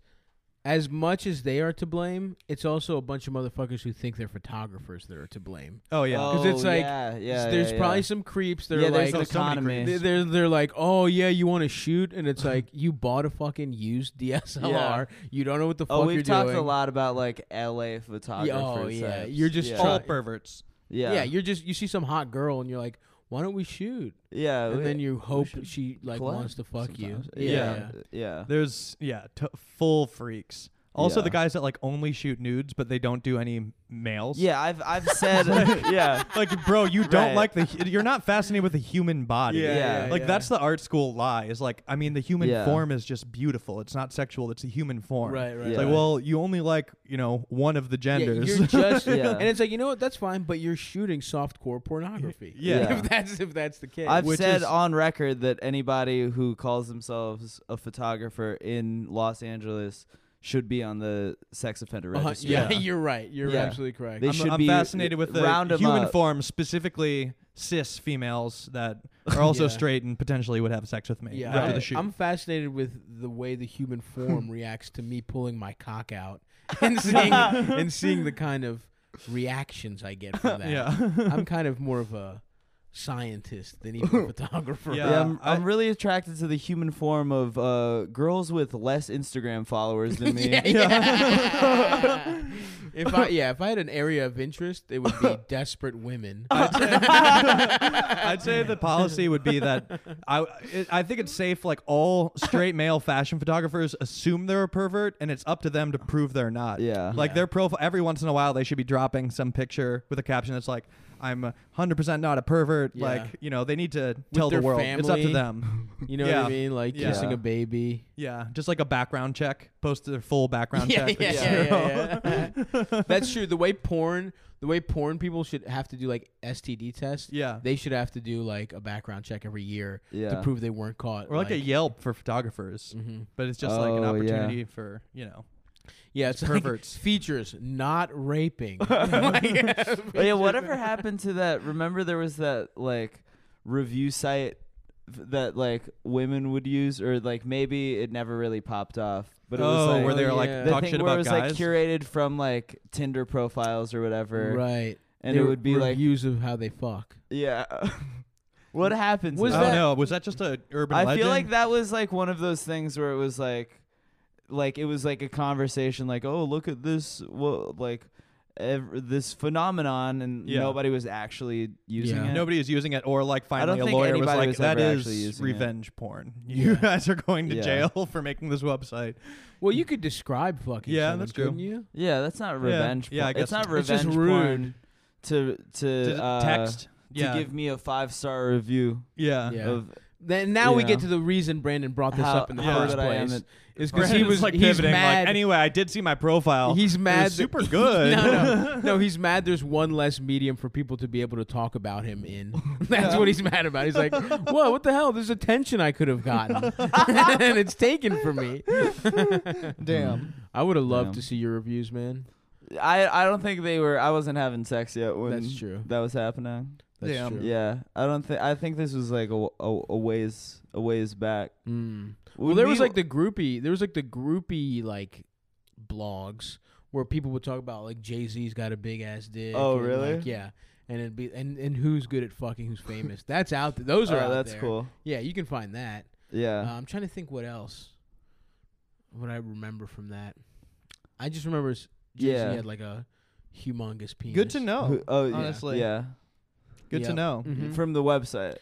S3: as much as they are to blame, it's also a bunch of motherfuckers who think they're photographers that are to blame.
S1: Oh yeah.
S2: Oh,
S3: 'Cause it's like,
S2: yeah, yeah,
S3: there's
S2: yeah,
S3: probably
S2: yeah.
S3: some creeps that
S2: Yeah,
S3: are
S2: there's
S3: like
S2: those economy.
S3: They're, they're they're like, oh yeah, you want to shoot, and it's like you bought a fucking used DSLR. You don't know what the fuck
S2: Oh,
S3: you're
S2: we've talked
S3: doing.
S2: a lot about like LA
S3: Yeah,
S2: photographers.
S3: oh yeah,
S2: types.
S3: you're just
S2: yeah.
S1: All
S3: try-
S1: perverts.
S2: yeah,
S3: yeah. you're just you see some hot girl and you're like, why don't we shoot?
S2: Oh, yeah,
S3: And
S2: we-
S3: then you hope
S2: should
S3: she like
S2: collab
S3: wants to fuck you.
S2: sometimes.
S1: Yeah.
S2: yeah,
S1: There's yeah, t- full freaks. Also,
S2: Yeah.
S1: the guys that like only shoot nudes, but they don't do any males.
S2: yeah. I've I've
S3: *laughs*
S2: said *laughs* yeah,
S1: Like, bro, you don't
S2: Right.
S1: like the. hu- You're not fascinated with the human body.
S2: Yeah, yeah,
S1: Like that's the art school lie. Is like, I mean, the human
S2: Yeah.
S1: form is just beautiful. It's not sexual. It's a human form.
S3: Right, right.
S1: It's
S2: Yeah.
S1: like, well, you only like you know one of the genders.
S3: Yeah,
S1: *laughs*
S2: *laughs*
S3: you're just,
S2: Yeah.
S3: and it's like you know what? That's fine, but you're shooting softcore pornography.
S1: *laughs* Yeah.
S2: Yeah.
S3: if that's if that's the case.
S2: I've
S3: Which
S2: said
S3: is-
S2: on record that anybody who calls themselves a photographer in Los Angeles should be on the sex offender
S3: Uh-huh,
S2: registry.
S3: *laughs* yeah,
S1: Yeah.
S3: *laughs* you're right. You're
S2: Yeah.
S3: absolutely correct.
S2: They
S1: I'm,
S2: should
S1: I'm
S2: be
S1: fascinated with the
S2: round 'em
S1: human
S2: up.
S1: form, specifically cis females that
S3: *laughs*
S1: are also
S3: Yeah.
S1: straight and potentially would have sex with me
S3: yeah,
S1: after
S3: I-
S1: the shoot.
S3: I'm fascinated with the way
S2: *laughs*
S3: the human form reacts to me pulling my cock out *laughs*
S2: *laughs*
S3: and seeing and seeing the kind of reactions I
S1: *laughs*
S3: get from that.
S1: yeah.
S3: I'm kind of more of a scientist
S2: *laughs*
S3: than even a photographer.
S1: Yeah.
S2: Yeah, Um, I'm,
S1: I-
S2: I'm really attracted to the human form of uh, girls with less Instagram followers *laughs* than me.
S3: yeah, yeah. if I yeah, if I had an area of interest, it would be desperate *laughs* women.
S1: I'd say the policy would be that I it, I think it's safe. Like all straight male fashion photographers assume they're a pervert, and it's up to them to prove they're not.
S2: *laughs* Yeah.
S1: Like
S3: Yeah.
S1: their profile. Every once in a while, they should be dropping some picture with a caption that's like, "I'm 100 percent not a pervert."
S3: Yeah.
S1: Like you know, they need to tell the
S3: their
S1: world. It's up to
S3: family.
S1: them.
S3: You know what
S1: Yeah.
S3: I mean? Like
S1: Yeah.
S3: kissing a baby.
S1: yeah. Just like a background check. Post their full background
S3: *laughs* Yeah,
S1: check.
S3: yeah, yeah, yeah, *laughs* yeah. That's true. The way porn, the way porn people should have to do like STD tests.
S1: *laughs* Yeah.
S3: they should have to do like a background check every year
S2: Yeah.
S3: to prove they weren't caught.
S1: Or like, a Yelp for photographers,
S3: Mhm.
S1: but it's just like an
S2: Oh, yeah.
S1: opportunity for you know.
S3: yeah, it's
S1: perverts.
S3: perverts *laughs* features not raping. Like-
S2: Oh, yeah, *laughs* whatever happened to that? Remember there was that like review site f- that like women would use, or like maybe it never really popped off. But it
S1: oh,
S2: was like,
S1: where
S3: Oh,
S1: they were like
S3: yeah.
S2: the
S1: talk
S2: thing
S1: shit
S2: where
S1: about
S2: it was
S1: guys.
S2: like curated from like Tinder profiles or whatever,
S3: right,
S2: and
S3: They
S2: it
S3: were
S2: would be like
S3: reviews of how they fuck.
S2: yeah. *laughs* what happened? to
S3: Was
S1: I
S2: that?
S1: don't
S3: that-
S1: know. Was that just a urban
S2: I
S1: legend?
S2: feel like that was like one of those things where it was like, like it was like a conversation, like oh look at this, well, like ev- this phenomenon, and
S1: Yeah.
S2: nobody was actually using
S3: Yeah.
S2: it.
S1: Nobody is using it, or like finally a
S2: think
S1: lawyer was
S2: anybody
S1: like,
S2: was
S1: "That
S2: ever actually
S1: is
S2: using it."
S1: revenge porn. *laughs* You guys are going to
S2: Yeah.
S1: jail *laughs* for making this website."
S3: Well, you could describe fucking.
S1: Yeah,
S3: someone,
S1: that's true.
S3: couldn't You?
S2: Yeah, that's not revenge.
S1: Yeah, I
S2: porn.
S1: guess
S2: it's not
S1: not.
S3: It's just
S2: revenge
S3: rude.
S2: porn to to,
S1: To
S2: uh,
S1: text,
S2: to
S1: yeah,
S2: give me a five star review
S1: yeah.
S3: Yeah. *laughs*
S2: of *laughs*
S3: Then now we
S2: Yeah.
S3: get to the reason Brandon brought this
S2: How-
S3: up in the
S1: how
S3: first
S2: good I am
S3: place.
S2: at-
S3: Is because
S1: Brandon's
S3: he was
S1: like
S3: he's
S1: pivoting.
S3: mad.
S1: Like, anyway, I did see my profile.
S3: He's
S1: It was
S3: mad.
S2: *laughs*
S3: that-
S1: super good.
S3: *laughs* no, no, no. He's mad. There's one less medium for people to be able to talk about him in.
S1: *laughs*
S3: *laughs* That's what he's mad about. He's like, "Whoa, what the hell? There's attention I could have gotten, *laughs* and it's taken from me."
S1: Damn.
S3: I would have loved
S2: Damn.
S3: to see your reviews, man.
S2: I I don't think they were I wasn't having sex yet when
S3: That's true.
S2: that was happening.
S3: That's
S1: Damn.
S3: true.
S2: Yeah, I don't think I think this was like a, a, a ways a ways back.
S3: Mm.
S2: Would
S3: Well, there was
S2: we-
S3: like the groupie. There was like the groupie like blogs where people would talk about like Jay Z's got a big ass dick.
S2: Oh,
S3: and,
S2: really?
S3: Like, yeah. And it'd be and, and who's good at fucking, who's famous. That's out. Th- those are
S2: Oh,
S3: out
S2: that's
S3: there.
S2: cool.
S3: Yeah, you can find that. Uh,
S2: Yeah.
S3: I'm trying to think what else. What I remember from that, I just remember Jay Z
S2: Yeah.
S3: had like a humongous
S1: *laughs*
S3: penis.
S1: Good to know.
S2: Who- oh, yeah.
S1: honestly,
S2: yeah.
S1: good to
S3: Yeah.
S1: know.
S3: Mhm.
S2: From the website.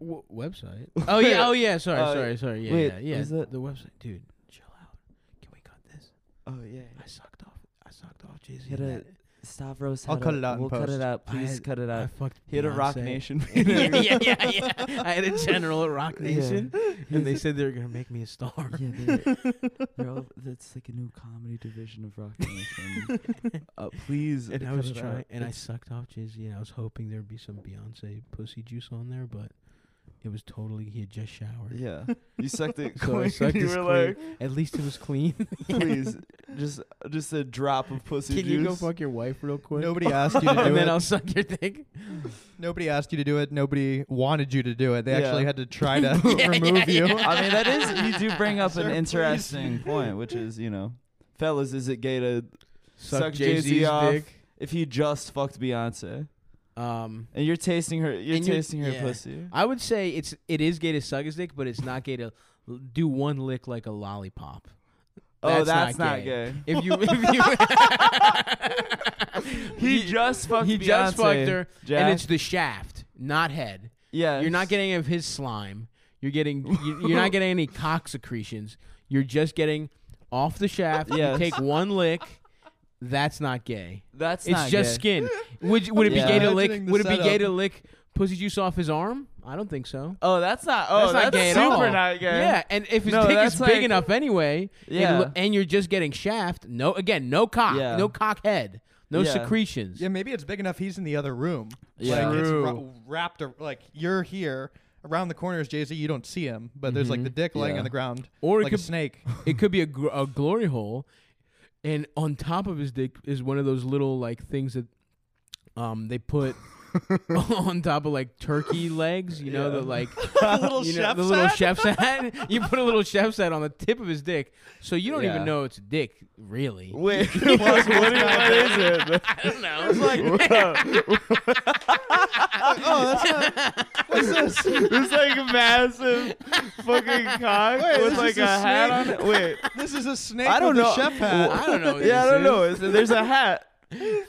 S3: W-
S2: *laughs*
S3: website. Oh yeah. Oh yeah. Sorry.
S2: Uh,
S3: sorry. Sorry. Yeah.
S2: wait,
S3: yeah. Yeah.
S2: was that-
S3: the website, dude. Chill out. Can we cut this?
S2: Oh yeah.
S3: I sucked off. I sucked off Jay Z.
S2: Hit a Stavros.
S1: I'll
S2: had
S1: cut
S2: a-
S1: it out in
S2: We'll cut
S1: post.
S2: it out.
S3: I
S2: Please
S3: had-
S2: cut it
S3: I
S2: out.
S3: fucked.
S2: Hit a
S3: Beyonce. *laughs*
S2: Rock *laughs* Nation.
S3: yeah, yeah, yeah, yeah. I had a general at Rock *laughs* Nation, *laughs* and they said they were gonna make me a star.
S2: *laughs*
S3: *laughs*
S2: Yeah, they're, they're all, that's like a new comedy division of Rock Nation.
S3: *laughs*
S2: uh, please,
S3: And I
S2: cut
S3: was
S2: it out.
S3: *laughs* trying, and I
S2: It's-
S3: sucked off Jay Z, and I was hoping there'd be some Beyonce pussy juice on there, but It was totally. He had just showered. *laughs*
S2: Yeah. You sucked it
S3: So I
S2: clean.
S3: sucked
S2: you
S3: his
S2: were
S3: clean.
S2: like,
S3: At least it was *laughs* clean.
S2: please, just just a drop of pussy
S3: *laughs* Can
S2: juice.
S3: you go fuck your wife real quick? *laughs*
S1: Nobody asked you to do
S3: and
S1: it.
S3: then I'll suck your dick.
S1: Nobody asked you to do it. Nobody wanted you to do it. They actually
S2: *laughs* Yeah.
S1: had to try to
S3: Yeah,
S1: remove
S3: yeah,
S1: you.
S3: yeah.
S2: I mean, that is you do bring
S3: *laughs*
S2: up
S1: Sir,
S2: an
S1: please.
S2: interesting point, which is you know, fellas, is it gay to
S3: Suck,
S2: Suck
S3: Jay Z's
S2: Jay-Z off.
S3: dick.
S2: if he just fucked Beyonce
S3: Um,
S2: and you're tasting her, you're
S3: And you-
S2: tasting her
S3: yeah.
S2: pussy?
S3: I would say it's it is gay to suck his dick, but it's not gay to l- do one lick like a lollipop.
S2: oh, that's not, gay.
S3: If
S2: *laughs*
S3: you, *laughs* if you,
S2: He just fucked
S3: he just
S2: Beyonce,
S3: fucked her,
S2: Jack.
S3: and it's the shaft, not head.
S2: yeah,
S3: You're not getting any of his slime. You're getting you- you're not getting any cock secretions. You're just getting off the shaft. You
S2: Yes.
S3: take one lick. That's not gay.
S2: That's
S3: It's,
S2: not
S3: just
S2: gay.
S3: skin. Would you- would it
S2: Yeah.
S3: be gay to
S1: Imagining
S3: lick?
S1: the
S3: Would it be gay
S1: setup.
S3: to lick pussy juice off his arm? I don't think so.
S2: Oh, that's not. Oh, that's,
S3: not gay at
S2: super
S3: all.
S2: not gay.
S3: Yeah, and if his
S2: No,
S3: dick
S2: that's
S3: is big
S2: like-
S3: enough anyway, it
S2: Yeah.
S3: lo- and you're just getting shaft. No, again, no cock,
S2: Yeah.
S3: no cock head, no
S2: Yeah.
S3: secretions.
S1: Yeah, maybe it's big enough. He's in the other room.
S2: Yeah.
S1: like, it's ra-
S3: True.
S1: wrapped ar- like you're here around the corner is Jay Z. You don't see him, but there's
S3: Mm-hmm.
S1: like the dick laying
S2: Yeah.
S1: on the ground,
S3: Or it
S1: like
S3: could-
S1: a snake.
S3: It could be a, gr- a glory hole, and on top of his dick is one of those little like things that um they
S1: *laughs*
S3: put on top of like turkey legs. You know the like
S2: *laughs*
S1: little
S3: *laughs* you know, the
S1: chef's
S3: little
S1: hat?
S3: chef's hat. You put a little chef's hat on the tip of his dick, so you don't
S2: Yeah.
S3: even know it's a dick really.
S2: Wait,
S1: *laughs*
S2: what, *laughs* what is
S3: *laughs*
S2: it?
S3: I don't know. It's like Oh,
S2: *laughs* It's like a massive fucking cock
S1: Wait,
S2: with
S1: this
S2: like
S1: is
S2: a,
S1: a
S2: hat on
S1: snake?
S2: it.
S3: *laughs*
S2: Wait.
S1: this is a snake.
S2: I don't
S1: with
S2: know.
S1: A chef hat.
S3: I don't know. *laughs*
S2: *laughs*
S3: what
S2: Yeah, I
S3: this
S2: don't
S3: is.
S2: know. It's, there's a hat.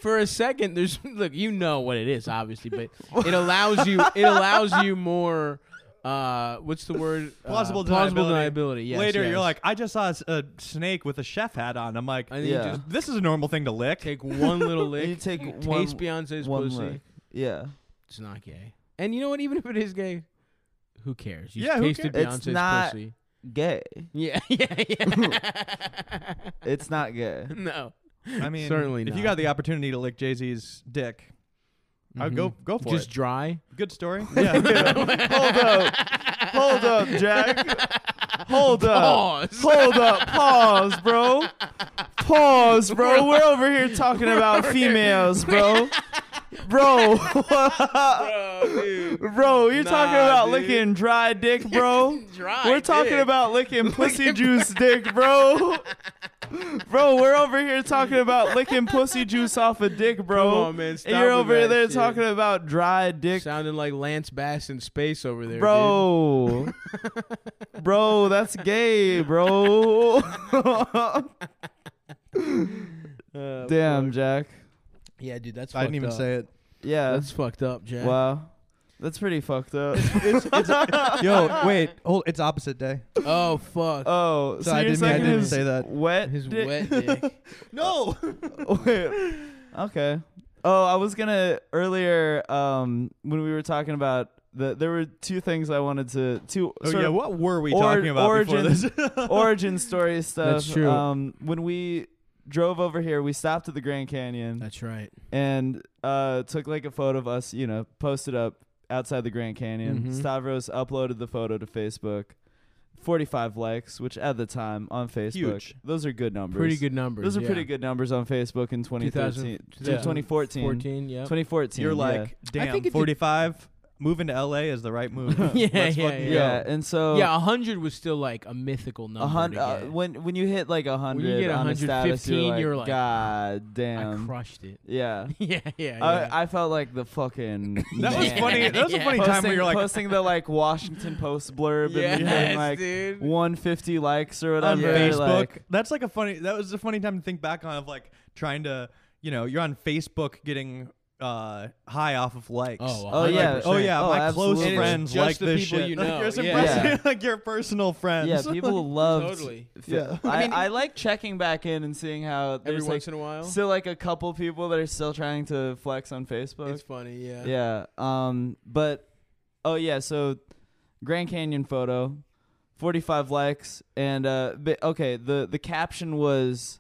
S3: for a second there's *laughs* look you know what it is obviously
S1: *laughs*
S3: but it allows you it allows you more uh what's the word Uh,
S1: Plausible
S3: plausible
S1: deniability.
S3: deniability yes,
S1: Later,
S3: yes.
S1: you're like, I just saw a s- a snake with a chef hat on. I'm like,
S3: I think you
S2: Yeah.
S3: just
S1: this is a normal thing to lick.
S3: take one *laughs* little lick
S2: you take
S3: taste
S2: one-
S3: Beyonce's
S2: one
S3: pussy
S2: lick. Yeah.
S3: it's not gay and you know what even if it is gay who cares you
S1: Yeah, who
S3: tasted
S2: cares? It's
S3: Beyonce's
S2: not-
S3: pussy
S2: Gay.
S3: yeah *laughs* yeah
S1: *laughs*
S3: yeah
S2: It's not gay.
S3: no
S1: I mean,
S3: certainly
S1: if
S3: not.
S1: you got the opportunity to lick Jay Z's dick, I'd go go for
S3: Mm-hmm. just
S1: it.
S3: dry
S1: Good
S3: *laughs*
S1: story. *laughs* Yeah.
S2: *laughs* Hold up. Hold up, Jack. Hold up.
S3: Pause.
S2: Hold up. Pause, bro. Pause, bro. We're over here talking about females, bro. Bro.
S1: Oh,
S2: bro, you're talking
S3: Nah,
S2: about
S3: dude.
S2: licking dry dick, bro.
S3: *laughs* Dry
S2: We're talking
S3: dick.
S2: about licking pussy juice dick, bro. Bro, we're over here talking about licking pussy juice off a dick, bro.
S3: Come on, man, stop
S2: and you're
S3: with
S2: over
S3: that
S2: there
S3: shit.
S2: talking about dry dick,
S3: sounding like Lance Bass in space over there dude.
S2: bro. bro, that's gay, bro. *laughs*
S3: Uh,
S2: Damn, Jack.
S3: Yeah, dude, that's.
S1: I didn't even say it.
S2: Yeah.
S3: That's fucked up, Jack.
S2: wow. That's pretty fucked up.
S1: Yo, wait, hold. It's opposite day.
S3: Oh fuck.
S2: oh, so,
S1: So I
S2: you're
S1: didn't. I
S2: saying
S1: didn't
S2: his
S1: say that.
S2: wet
S3: *laughs* His
S2: dick-
S3: wet dick.
S1: No.
S2: Wait. *laughs* Okay. Oh, I was gonna earlier um, when we were talking about the there were two things I wanted to two
S1: Oh
S2: sort
S1: yeah,
S2: of
S1: what were we
S2: or-
S1: talking about
S2: origin-
S1: before this?
S3: *laughs*
S2: origin story stuff.
S3: That's true.
S2: Um, when we drove over here, we stopped at the Grand Canyon
S3: *laughs* That's right.
S2: and uh, took like a photo of us. You know, posted up outside the Grand Canyon.
S3: Mhm.
S2: Stavros uploaded the photo to Facebook. 45 likes, which at the time on Facebook,
S1: Huge.
S2: those are good numbers.
S3: Pretty good numbers.
S2: Those are
S3: yeah.
S2: pretty good numbers on Facebook in 2013,
S3: 2000
S2: 2014,
S3: 14, yeah.
S2: 2014.
S1: You're
S2: yeah.
S1: like,
S3: I think
S1: damn,
S3: it did-
S1: 45, moving to LA is the right move.
S3: *laughs* Yeah,
S1: Let's
S3: yeah,
S1: fucking
S2: yeah.
S1: go.
S2: and so
S3: yeah, 100 was still like a mythical
S2: uh, a
S3: number.
S2: hundred.
S3: to
S2: Uh,
S3: get.
S2: when when you hit like a hundred,
S3: get
S2: on a status,
S3: 115,
S2: you're, like,
S3: you're like,
S2: God
S3: I
S2: damn,
S3: crushed it. *laughs*
S2: yeah.
S3: yeah, yeah. yeah.
S2: I, I felt like the fucking.
S1: That was
S2: man.
S1: funny. That was a
S3: Yeah.
S1: funny
S2: Posting,
S1: time where you're like,
S2: posting the like Washington Post blurb
S3: Yes,
S2: and then like
S3: dude.
S2: 150 likes or
S1: on
S2: whatever.
S1: Facebook.
S2: like-
S1: That's like a funny. That was a funny time to think back on of like trying to, you know, you're on Facebook getting uh high off of likes.
S3: Oh,
S2: oh yeah,
S3: 100%.
S1: Oh yeah,
S2: oh,
S1: my
S2: absolutely.
S1: close
S3: And it's
S1: friends
S3: just
S1: like
S3: the
S1: this
S3: people
S1: shit.
S3: you
S1: *laughs* Like,
S3: know.
S1: you're some
S3: Yeah.
S1: person-
S2: Yeah.
S1: *laughs* like your personal friends.
S2: Yeah, people loved.
S3: Totally.
S2: Yeah, I, I, like checking back in and seeing how there's,
S3: Every
S2: like,
S3: once in a while.
S2: still like a couple people that are still trying to flex on Facebook.
S3: it's funny, yeah. *laughs*
S2: yeah. Um. But oh yeah. So Grand Canyon photo, 45 likes, and uh. But, okay. The the caption was,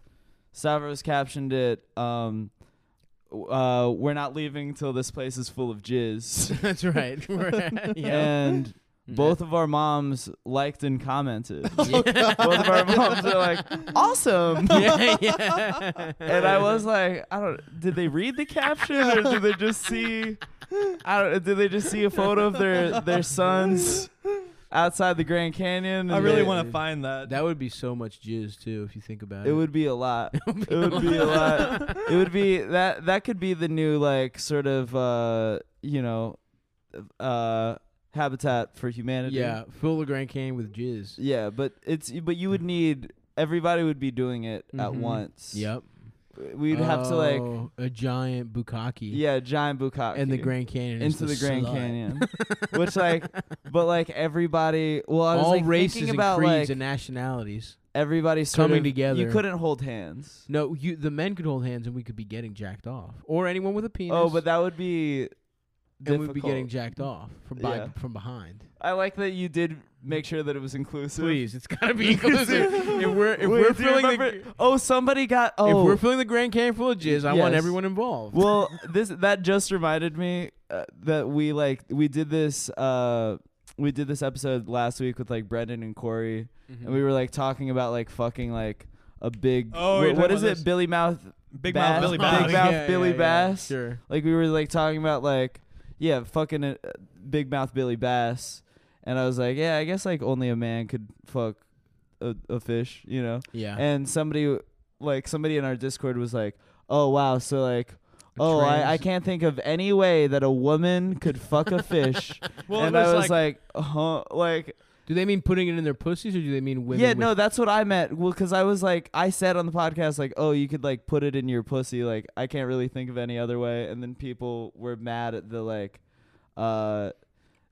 S2: Stavros captioned it. Um. w- Uh, we're not leaving till this place is full of jizz.
S3: That's right. *laughs* yeah.
S2: And Both of our moms liked and commented. Both of our moms are like, awesome.
S3: *laughs* yeah, yeah.
S2: And I was like, I don't. Did they read the caption or did they just see? I don't. Did they just see a photo of their their sons outside the Grand Canyon?
S1: I
S2: and
S1: really
S2: they-
S1: want to find that.
S3: That would be so much jizz too, if you think about it. *laughs*
S2: It would be a lot. *laughs* it would be a lot. It would be that that could be the new like sort of uh you know uh habitat for humanity.
S3: Yeah, fill the Grand Canyon with jizz.
S2: Yeah, but it's but you would need everybody would be doing it at
S3: Mhm.
S2: once.
S3: Yep.
S2: We'd have to like
S3: Oh, a giant bukkake.
S2: yeah, giant bukkake.
S3: And the Grand Canyon. is
S2: into the, Grand
S3: slut. *laughs*
S2: Canyon. Which like but like everybody well I was
S3: All
S2: like,
S3: races
S2: thinking
S3: and
S2: about
S3: creeds
S2: like
S3: and nationalities.
S2: everybody sort
S3: coming
S2: of- You
S3: together.
S2: couldn't hold hands.
S3: No, you the men could hold hands and we could be getting jacked off, or anyone with a penis.
S2: Oh, but that would be
S3: and we'd be
S2: difficult.
S3: getting jacked off from by,
S2: Yeah. *laughs*
S3: from behind.
S2: I like that you did make sure that it was inclusive.
S3: Please, it's
S2: *laughs*
S3: gotta be inclusive. if we're if
S2: Wait,
S3: we're
S2: do you
S3: filling the
S2: remember- oh, somebody got oh.
S3: if we're filling the Grand Canyon full of jizz, I want
S2: Yes.
S3: everyone involved.
S2: well, this that just reminded me uh, that we like we did this uh we did this episode last week with like Brendan and Corey,
S3: Mm-hmm.
S2: and we were like talking about like fucking like a big
S1: Oh,
S2: wh-
S1: you're
S2: what
S1: talking
S2: is
S1: about
S2: it
S1: this?
S2: Billy Mouth
S1: Big
S2: Bass-
S1: Mouth Billy
S2: Big
S1: Bass.
S2: Mouth
S3: Yeah,
S2: Billy
S3: yeah, yeah,
S2: Bass
S3: sure.
S2: like we were like talking about like yeah fucking uh, Big Mouth Billy Bass, and I was like yeah I guess like only a man could fuck a, a fish you know
S3: Yeah.
S2: and somebody like somebody in our discord was like oh wow so like oh I, I
S3: trans-
S2: can't think of any way that a woman could fuck a
S3: *laughs*
S2: fish
S1: Well,
S2: and
S1: it was
S2: i was like, huh like
S3: do they mean putting it in their pussies, or do they mean women?
S2: yeah
S3: with- *laughs*
S2: no that's what i meant well because i was like i said on the podcast like oh you could like put it in your pussy like i can't really think of any other way and then people were mad at the like uh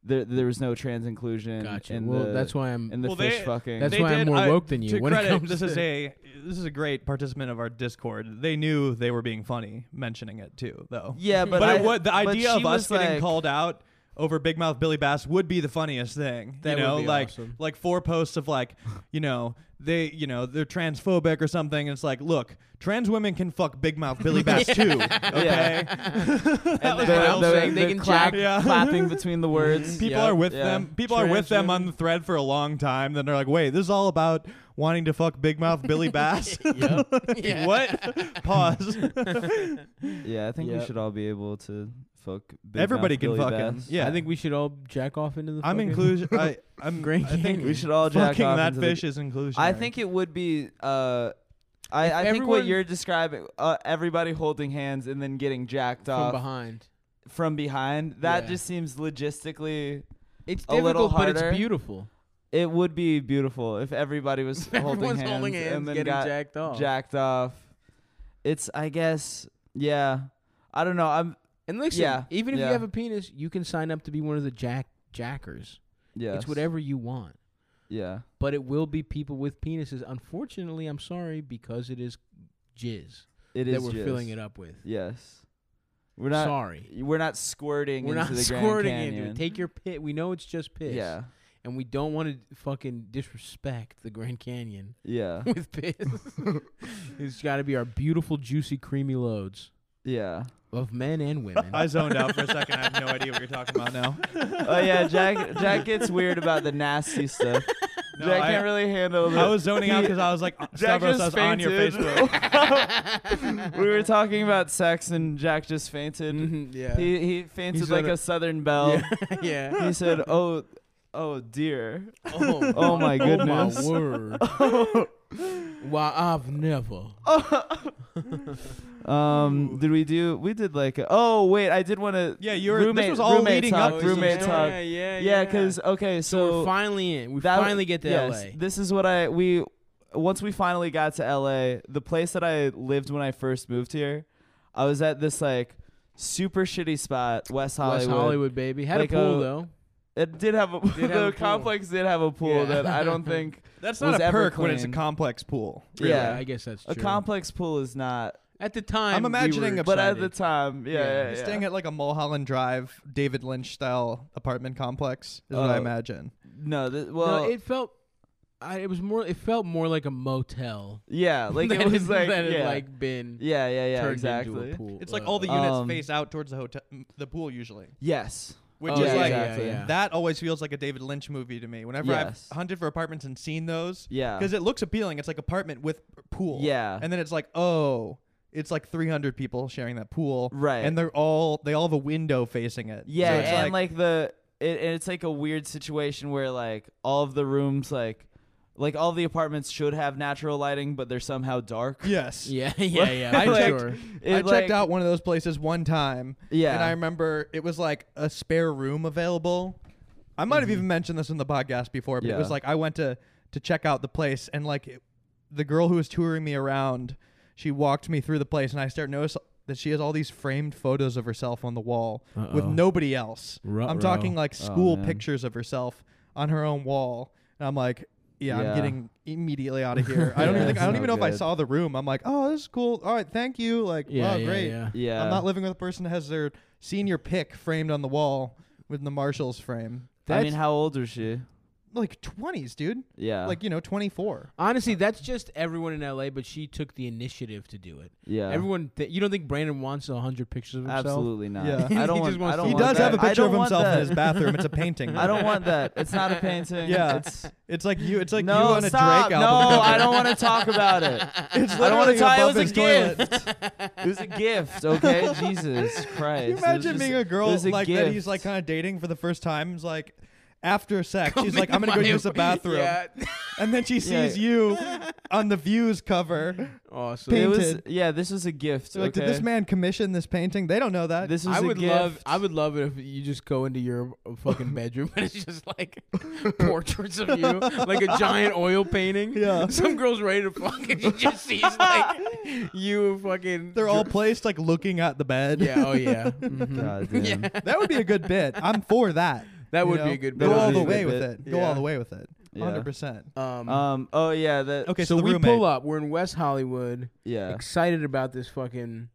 S2: there there was no trans inclusion
S3: Gotcha.
S2: in
S3: well,
S2: the,
S3: that's why I'm.
S1: *laughs*
S2: in the
S1: Well,
S2: fish
S1: they-
S2: fucking
S3: That's
S1: They
S3: why I'm
S1: did-
S3: more
S1: I-
S3: woke than you
S1: To
S3: when it
S1: credit,
S3: comes
S1: this
S3: to-
S1: is a this is a great participant of our Discord. They knew they were being funny mentioning it too, though.
S2: yeah but,
S1: But, I,
S2: I-
S1: would, the
S2: but
S1: idea of
S2: she
S1: us
S2: was
S1: getting
S2: like-
S1: called out over Big Mouth Billy Bass would be the funniest thing.
S3: That would
S1: you know,
S3: be
S1: like
S3: awesome.
S1: like four posts of like, you know, they you know they're transphobic or something. And it's like, look, trans women can fuck Big Mouth
S2: *laughs*
S1: Billy Bass too. Okay,
S2: and
S1: was
S2: the-
S1: what I
S2: the-
S1: was
S2: the-
S3: saying. They
S2: the
S3: can
S2: clap-
S1: jack- Yeah.
S2: clapping between the words.
S1: *laughs* people
S3: Yep.
S1: are with
S2: Yeah.
S1: them. People are with them on the thread for a long time. Then they're like, wait, this is all about wanting to fuck Big Mouth Billy
S2: *laughs*
S1: Bass.
S3: Yeah.
S1: *laughs* what? *laughs* Pause.
S2: Yeah, I think we
S3: Yep.
S2: should all be able to fuck. Big
S1: Everybody
S2: Mouth
S1: can
S2: Billy
S1: fuck him.
S2: Bass.
S1: Yeah,
S3: I think we should all jack off into the.
S1: I'm
S3: fucking- *laughs*
S1: inclusion. *laughs* I, I'm.
S3: Grand
S1: I think
S3: Canyon.
S2: we should all jack
S1: fucking
S2: off
S1: that
S2: into the-
S1: fish is inclusion.
S2: I think it would be. Uh, I, I think what
S3: everyone-
S2: you're describing, uh, everybody holding hands and then getting jacked
S3: from
S1: uh,
S2: off
S3: behind.
S2: from behind, that
S3: Yeah.
S2: just seems logistically.
S3: It's
S2: A little
S3: difficult, but it's
S2: harder.
S3: beautiful.
S2: It would be beautiful if everybody
S3: *laughs*
S2: was holding
S3: Everyone's
S2: hands,
S3: holding hands,
S2: and then
S3: getting
S2: got
S3: jacked off.
S2: jacked off. It's, I guess, yeah. I don't know. I'm,
S3: And listen,
S2: Yeah,
S3: even if
S2: yeah.
S3: you have a penis, you can sign up to be one of the jack jackers.
S2: yeah.
S3: It's whatever you want.
S2: Yeah.
S3: But it will be people with penises. Unfortunately, I'm sorry because it is jizz
S2: It
S3: that
S2: is
S3: we're
S2: just-
S3: filling it up with.
S2: Yes. We're not
S3: sorry.
S2: We're not squirting
S3: We're
S2: into
S3: not
S2: the
S3: squirting
S2: Grand
S3: into
S2: Canyon.
S3: it. Take your pit. We know it's just piss.
S2: yeah,
S3: And we don't want to fucking disrespect the Grand Canyon *laughs*
S2: yeah, *laughs*
S3: with piss. it's got to be our beautiful, juicy, creamy loads
S2: yeah.
S3: of men
S2: *laughs*
S3: and women.
S1: I zoned out for a second. I have no idea what you're talking about now.
S2: Oh yeah, Jack. Jack gets weird about the nasty
S3: *laughs*
S2: stuff.
S1: No,
S2: Jack
S1: I-
S2: can't really handle. The,
S1: I was zoning out because I was like, uh,
S2: Jack
S1: Stavros, I was
S2: just
S1: on your
S2: fainted. *laughs*
S1: Facebook.
S2: we were talking about sex, and Jack just fainted.
S1: Mm-hmm.
S3: Mhm, yeah.
S2: He he fainted
S3: He's
S2: like
S3: gonna-
S2: a southern belle.
S3: *laughs* yeah.
S1: *laughs*
S2: He said, "Oh, oh dear."
S3: Oh,
S2: Oh my
S3: Oh
S2: goodness. *laughs*
S3: my word. Why I've never.
S2: Um, did we do? We did like. A, oh wait, I did want to.
S1: Yeah, you were- this
S2: Roommate,
S1: was all
S2: roommate
S1: leading
S2: talk,
S1: up to
S2: roommate
S1: some
S2: talk.
S3: Yeah, yeah,
S2: Yeah, because okay, so,
S3: so we're finally in. We
S2: That-
S3: finally get to
S2: yes,
S3: LA.
S2: This is what I we once we finally got to LA, the place that I lived when I first moved here, I was at this like super shitty spot, West Hollywood.
S3: West Hollywood, baby. Had
S2: Like uh,
S3: a pool
S2: a-
S3: though.
S2: It did have a
S3: have
S2: *laughs* the
S3: a pool.
S2: complex did have a pool
S3: Yeah.
S2: that I
S3: *laughs*
S2: don't think
S1: That's
S2: Was
S1: not a
S2: ever
S1: perk when it's a
S2: clean.
S1: complex pool.
S2: Really? Yeah.
S3: I guess that's true.
S2: a complex pool is not.
S3: at the time,
S1: I'm imagining
S3: we were
S1: a-
S2: But at
S3: excited.
S2: the time, yeah,
S3: Yeah.
S2: yeah,
S3: You're
S2: yeah.
S1: Staying at like a Mulholland Drive, David Lynch style apartment complex is what I
S2: Oh.
S1: imagine.
S2: no, th-
S3: No,
S2: well,
S3: it felt. I, it was more. It felt more like a motel.
S2: yeah,
S3: *laughs*
S2: like
S3: than
S2: it was like
S3: than it
S2: yeah.
S3: like been
S2: yeah, yeah, yeah,
S3: turned
S2: exactly.
S3: into a pool.
S1: It's like all the
S2: Uh,
S1: units
S2: um,
S1: face out towards the hotel, the pool usually.
S2: Yes,
S1: which
S3: Oh,
S1: is
S3: yeah,
S1: like
S3: exactly. yeah, yeah.
S1: that always feels like a David Lynch movie to me. Whenever
S2: Yes.
S1: I've hunted for apartments and seen those,
S2: Yeah.
S1: because it looks appealing. It's like apartment with p- pool,
S2: Yeah.
S1: and then it's like oh. It's like 300 people sharing that pool,
S2: Right.
S1: And they're all they all have a window facing it. So
S2: Yeah,
S1: it's
S2: and like, the it, and it's like a weird situation where like all of the rooms like like all the apartments should have natural lighting, but they're
S1: *laughs*
S2: somehow dark.
S1: yes,
S3: *laughs* Yeah, yeah, yeah.
S1: I
S3: for
S1: checked-
S3: sure.
S2: It,
S1: I checked
S2: like-
S1: out one of those places one time.
S2: Yeah.
S1: And I remember it was like a spare room available. I might have even mentioned this in the podcast before, but
S2: Mm-hmm. Yeah.
S1: it was like I went to to check out the place and like it, the girl who was touring me around, she walked me through the place and I started notice that she has all these framed photos of herself on the wall with
S2: Oh.
S3: Uh-oh.
S1: nobody else.
S3: Ruh-roh.
S1: I'm talking like school
S2: man.
S1: pictures of herself on her own wall. And I'm like, yeah,
S2: Yeah.
S1: I'm getting immediately out of
S2: *laughs*
S1: here. I don't
S2: Yeah,
S1: even think,
S2: it's
S1: I don't
S2: no
S1: even know if I
S2: good.
S1: saw the room. I'm like, oh, this is cool. All right, thank you. Like,
S3: Yeah,
S1: wow,
S3: yeah,
S1: great.
S3: yeah.
S2: Yeah.
S1: I'm not living with a person that has their senior pick framed on the wall with the Marshall's frame.
S2: I mean,
S3: That's-
S2: how old is she?
S1: Like 20s, dude.
S2: Yeah.
S1: Like, you know, 24.
S3: Honestly, that's just everyone in LA, but she took the initiative to do it.
S2: yeah.
S3: Everyone, th- you don't think Brandon wants a hundred pictures of himself? *laughs*
S2: Absolutely not. *laughs*
S1: Yeah.
S2: I don't
S3: He
S2: want.
S3: just wants
S2: I
S3: to-
S2: don't
S1: He
S2: want
S1: does
S2: that.
S1: have a
S2: I
S1: picture of
S2: don't want
S1: himself in
S2: that.
S1: his bathroom. It's a painting.
S2: *laughs* I don't want that. It's not a
S1: *laughs*
S2: painting.
S1: Yeah.
S2: It's,
S1: It's like you. It's like
S2: no,
S1: you on a
S2: stop.
S1: Drake
S2: no,
S1: album. cover.
S2: I
S1: *laughs*
S2: don't want to talk about it.
S1: It's
S2: I don't want to
S1: literally
S2: talk. It
S1: above
S2: was a
S1: his toilet.
S2: gift. it was a
S1: *laughs*
S2: gift. Okay, Jesus Christ.
S1: Can you
S2: It was
S1: imagine
S2: just-
S1: being a girl
S2: it was
S1: like that? He's
S2: gift.
S1: like kind of dating for the first time. He's like, after sex, she's
S3: Come
S1: like, I'm
S3: into
S1: gonna go
S3: my-
S1: use the bathroom,
S3: Yeah. *laughs*
S1: and then she
S2: Yeah.
S1: sees you on the views cover.
S3: awesome.
S1: Pink
S2: It was.
S1: painted.
S2: Yeah, this was a gift.
S1: So like, did this
S2: okay?
S1: man commission this painting? They don't know that.
S2: This was
S3: I
S2: a
S3: would
S2: gift.
S3: love, I would love it if you just go into your
S1: *laughs*
S3: fucking bedroom and it's just like portraits of you, like a giant oil painting.
S1: Yeah.
S3: some girl's ready to fuck, and she just sees like
S1: *laughs*
S3: you fucking.
S1: They're all placed like looking at the bed.
S3: Yeah. Oh yeah. Mhm.
S2: God damn.
S3: Yeah.
S1: *laughs* that would be a good bit. I'm for
S2: *laughs*
S1: that.
S3: That
S1: you
S3: would be
S1: know?
S3: a good.
S1: Go
S2: would
S1: all
S2: be
S1: the
S2: a good
S1: way with
S2: bit.
S1: it. Go
S3: Yeah.
S1: all the way with it.
S2: Yeah.
S1: 100%.
S3: Um,
S2: Um. Oh yeah. That.
S1: Okay, so,
S3: so
S1: the
S3: we
S1: roommate.
S3: pull up. We're in West Hollywood.
S2: Yeah.
S3: Excited about this
S1: *laughs*
S3: fucking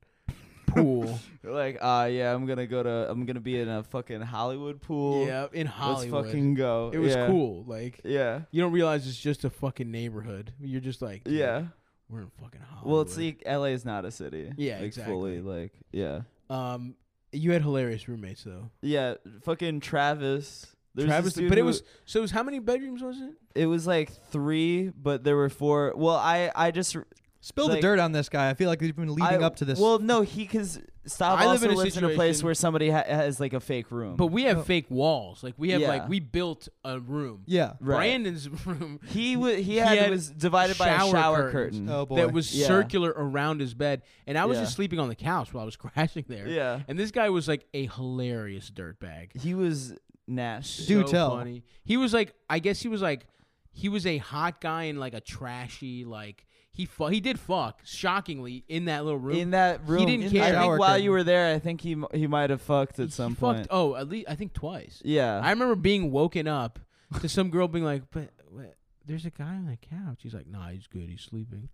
S3: pool.
S2: Like. Uh. Yeah. I'm gonna go to. I'm gonna be in a fucking Hollywood pool.
S3: yeah, in
S2: Let's
S3: Hollywood.
S2: fucking go.
S3: it was
S2: Yeah.
S3: cool. Like
S2: Yeah.
S3: you don't realize it's just a fucking neighborhood. You're just like, dude,
S2: Yeah.
S3: we're in fucking Hollywood.
S2: Well, it's like LA is not a city.
S3: Yeah,
S2: like,
S3: exactly.
S2: Fully, like, yeah,
S3: Um, you had hilarious roommates though.
S2: yeah. Fucking Travis. There's
S3: Travis,
S2: this dude
S3: but it
S2: who-
S3: was so. It was how many bedrooms was it?
S2: it was like three, but there were four. Well, I I just
S1: Spill
S2: like-
S1: the dirt on this guy. I feel like he's been leading
S2: I-
S1: up to this.
S2: Well, no, he because Stav
S3: I live
S2: also
S3: in a
S2: lives in a place
S3: situation-
S2: where somebody ha- has like a fake room.
S3: But we have fake walls. Like we have
S2: Um, Yeah.
S3: like we built a room.
S1: yeah.
S2: Right.
S3: Brandon's *laughs* room
S2: he wa he
S3: he
S2: had,
S3: had
S2: was divided by a
S3: shower
S2: shower curtain.
S3: curtains.
S1: Oh boy.
S3: that was
S2: Yeah.
S3: circular around his bed, and I was
S2: Yeah.
S3: just sleeping on the couch while I was *laughs* crashing there.
S2: Yeah,
S3: And this guy was like a hilarious dirtbag.
S2: he was Nash.
S1: Dude. Do
S3: so
S1: tell.
S3: Funny. He was like, I guess he was like, he was a hot guy and like a trashy like he fu- he did fuck shockingly in that little room.
S2: in that room.
S3: didn't
S2: I
S3: care.
S2: think
S1: Shower
S2: while
S1: curtain.
S2: you were there, I think he m- he might have fucked at
S3: He
S2: some
S3: fucked-
S2: point.
S3: Oh, at least I think twice.
S2: Yeah,
S3: I remember being woken up to some girl being like, "But what, there's a guy on the couch." He's like, "Nah, he's good.
S2: *laughs*
S3: He's sleeping."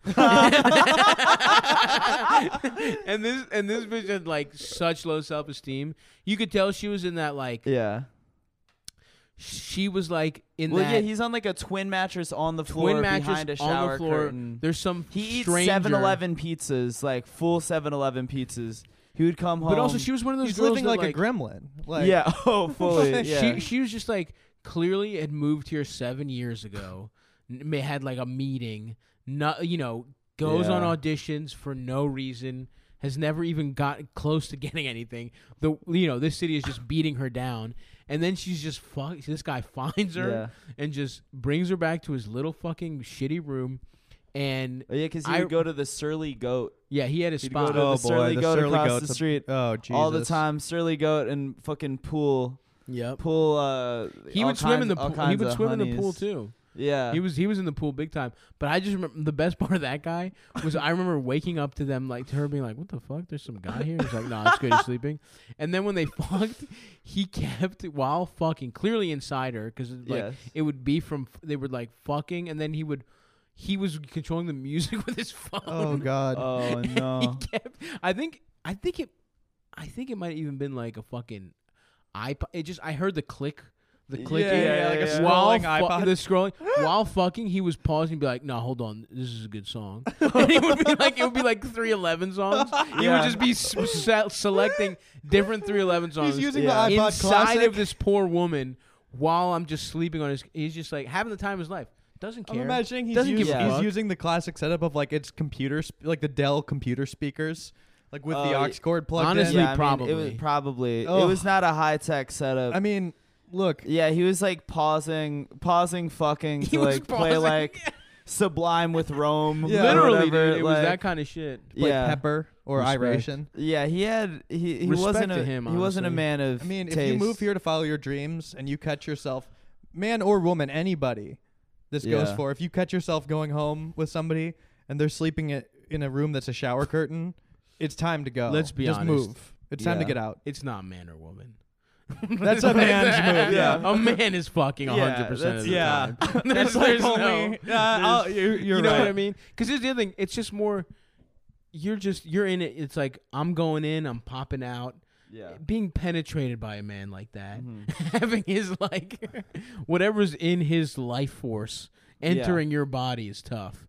S3: and this and this bitch had like such low self esteem. You could tell she was in that like
S2: yeah.
S3: she was like in
S2: Well,
S3: that
S2: yeah, he's on like a twin mattress on the floor
S3: twin mattress
S2: behind a shower
S3: on the floor.
S2: curtain.
S3: There's some
S2: he eats
S3: stranger.
S2: 7-Eleven pizzas, like full 7-Eleven pizzas. He would come home.
S3: But also, she was one of those
S1: He's
S3: girls
S1: living
S3: that,
S1: like,
S3: like
S1: a gremlin. Like,
S2: yeah, *laughs* oh, fully. Yeah.
S3: *laughs* She she was just like clearly had moved here seven years ago. n- may- had like a meeting. Not you know goes
S2: Yeah.
S3: on auditions for no reason. Has never even gotten close to *laughs* getting anything. The you know this city is just beating her down, and then she's just fuck. This guy finds her and just brings her back to his little fucking shitty room, and
S2: Oh, yeah, because he
S3: I-
S2: would go to the Surly Goat
S3: yeah, he had a
S2: He'd go
S3: spot.
S2: to
S1: Oh
S2: the Surly
S1: boy. The
S2: Goat
S1: surly
S2: across
S1: goat's
S2: the
S1: a-
S2: street
S1: Oh Jesus.
S2: all the time. Surly Goat and fucking pool,
S3: Yep.
S2: pool. Uh,
S3: He
S2: all
S3: would swim in
S2: kinds-
S3: the
S2: all
S3: pool. He
S2: kinds
S3: would
S2: of
S3: swim in the pool
S2: honeys.
S3: too.
S2: Yeah,
S3: He was he was in the pool big time. But I just remember the best *laughs* part of that guy was I remember waking up to them like to her being like, "What the fuck? There's some guy here." He's like, "Nah, it's good. He's sleeping." And then when they *laughs* fucked, he kept while fucking clearly inside her because like
S2: Yes.
S3: it would be from they were like fucking, and then he would he was controlling the music *laughs* with his phone.
S1: *laughs* Oh god.
S2: *laughs*
S3: Uh,
S2: Oh
S3: *laughs* he
S2: no.
S3: kept. I think I think it I think it might have even been like a fucking iPod. It just I heard the click. the clicking,
S1: yeah, yeah, like a yeah.
S3: while
S1: scrolling iPod.
S3: the scrolling
S2: *laughs*
S3: while fucking, he was pausing, and be like, "No, hold on, this is a good song." *laughs* and it would be like it would be like three eleven songs. He
S2: Yeah.
S3: would just be s- se- selecting different three eleven songs.
S1: using
S2: the Yeah.
S1: the iPod
S3: inside of this poor woman while I'm just sleeping on his. He's just like having the time of his life. Doesn't
S1: I'm
S3: care.
S1: imagining he's,
S3: Doesn't
S1: using-
S3: give a
S1: he's
S3: fuck.
S1: using the classic setup of like it's computer, sp- like the Dell computer speakers, like with
S2: Oh,
S1: the
S2: yeah.
S1: aux cord plugged
S3: Uh, Honestly,
S1: in.
S2: yeah, I mean, it was
S3: probably.
S2: probably it
S1: Ugh.
S2: was not a high tech setup.
S1: I mean, look,
S2: yeah, he was like pausing, pausing, fucking
S3: *laughs*
S2: to
S3: He was
S2: like play
S3: pausing.
S2: like Sublime with
S3: *laughs*
S2: Rome.
S1: Yeah.
S2: or
S3: Literally,
S2: whatever,
S3: dude, it was
S2: like-
S3: that kind of shit.
S1: play
S2: yeah.
S1: Pepper or
S3: Respect.
S1: Iration.
S2: Yeah, he had he, he
S3: Respect
S2: wasn't
S3: to
S2: a
S3: him,
S2: he wasn't a
S3: honestly.
S2: man of.
S1: I mean, if you
S2: taste.
S1: move here to follow your dreams and you catch yourself, man or woman, anybody, this goes
S2: Yeah.
S1: for. If you catch yourself going home with somebody and they're sleeping i- in a room that's a shower curtain, it's time to go.
S3: Let's be
S1: Just
S3: honest.
S1: move. It's time to
S2: Yeah.
S1: get
S3: *laughs*
S1: out.
S3: It's not man or woman.
S1: That's a
S3: *laughs*
S1: man's move, yeah.
S3: a man is fucking
S2: Yeah,
S3: 100 percent
S2: that's-
S3: of the
S1: yeah.
S3: time. There's,
S1: *laughs*
S3: there's no.
S1: Yeah, I'll- you're, you're
S3: you know
S1: right.
S3: what I mean? Because here's the other thing. It's just more. You're just you're in it. It's like I'm going in. I'm popping out.
S2: Yeah. Mm-hmm.
S3: Being penetrated by a man like that, *laughs* having his like *laughs* whatever's in his life force entering your body is tough.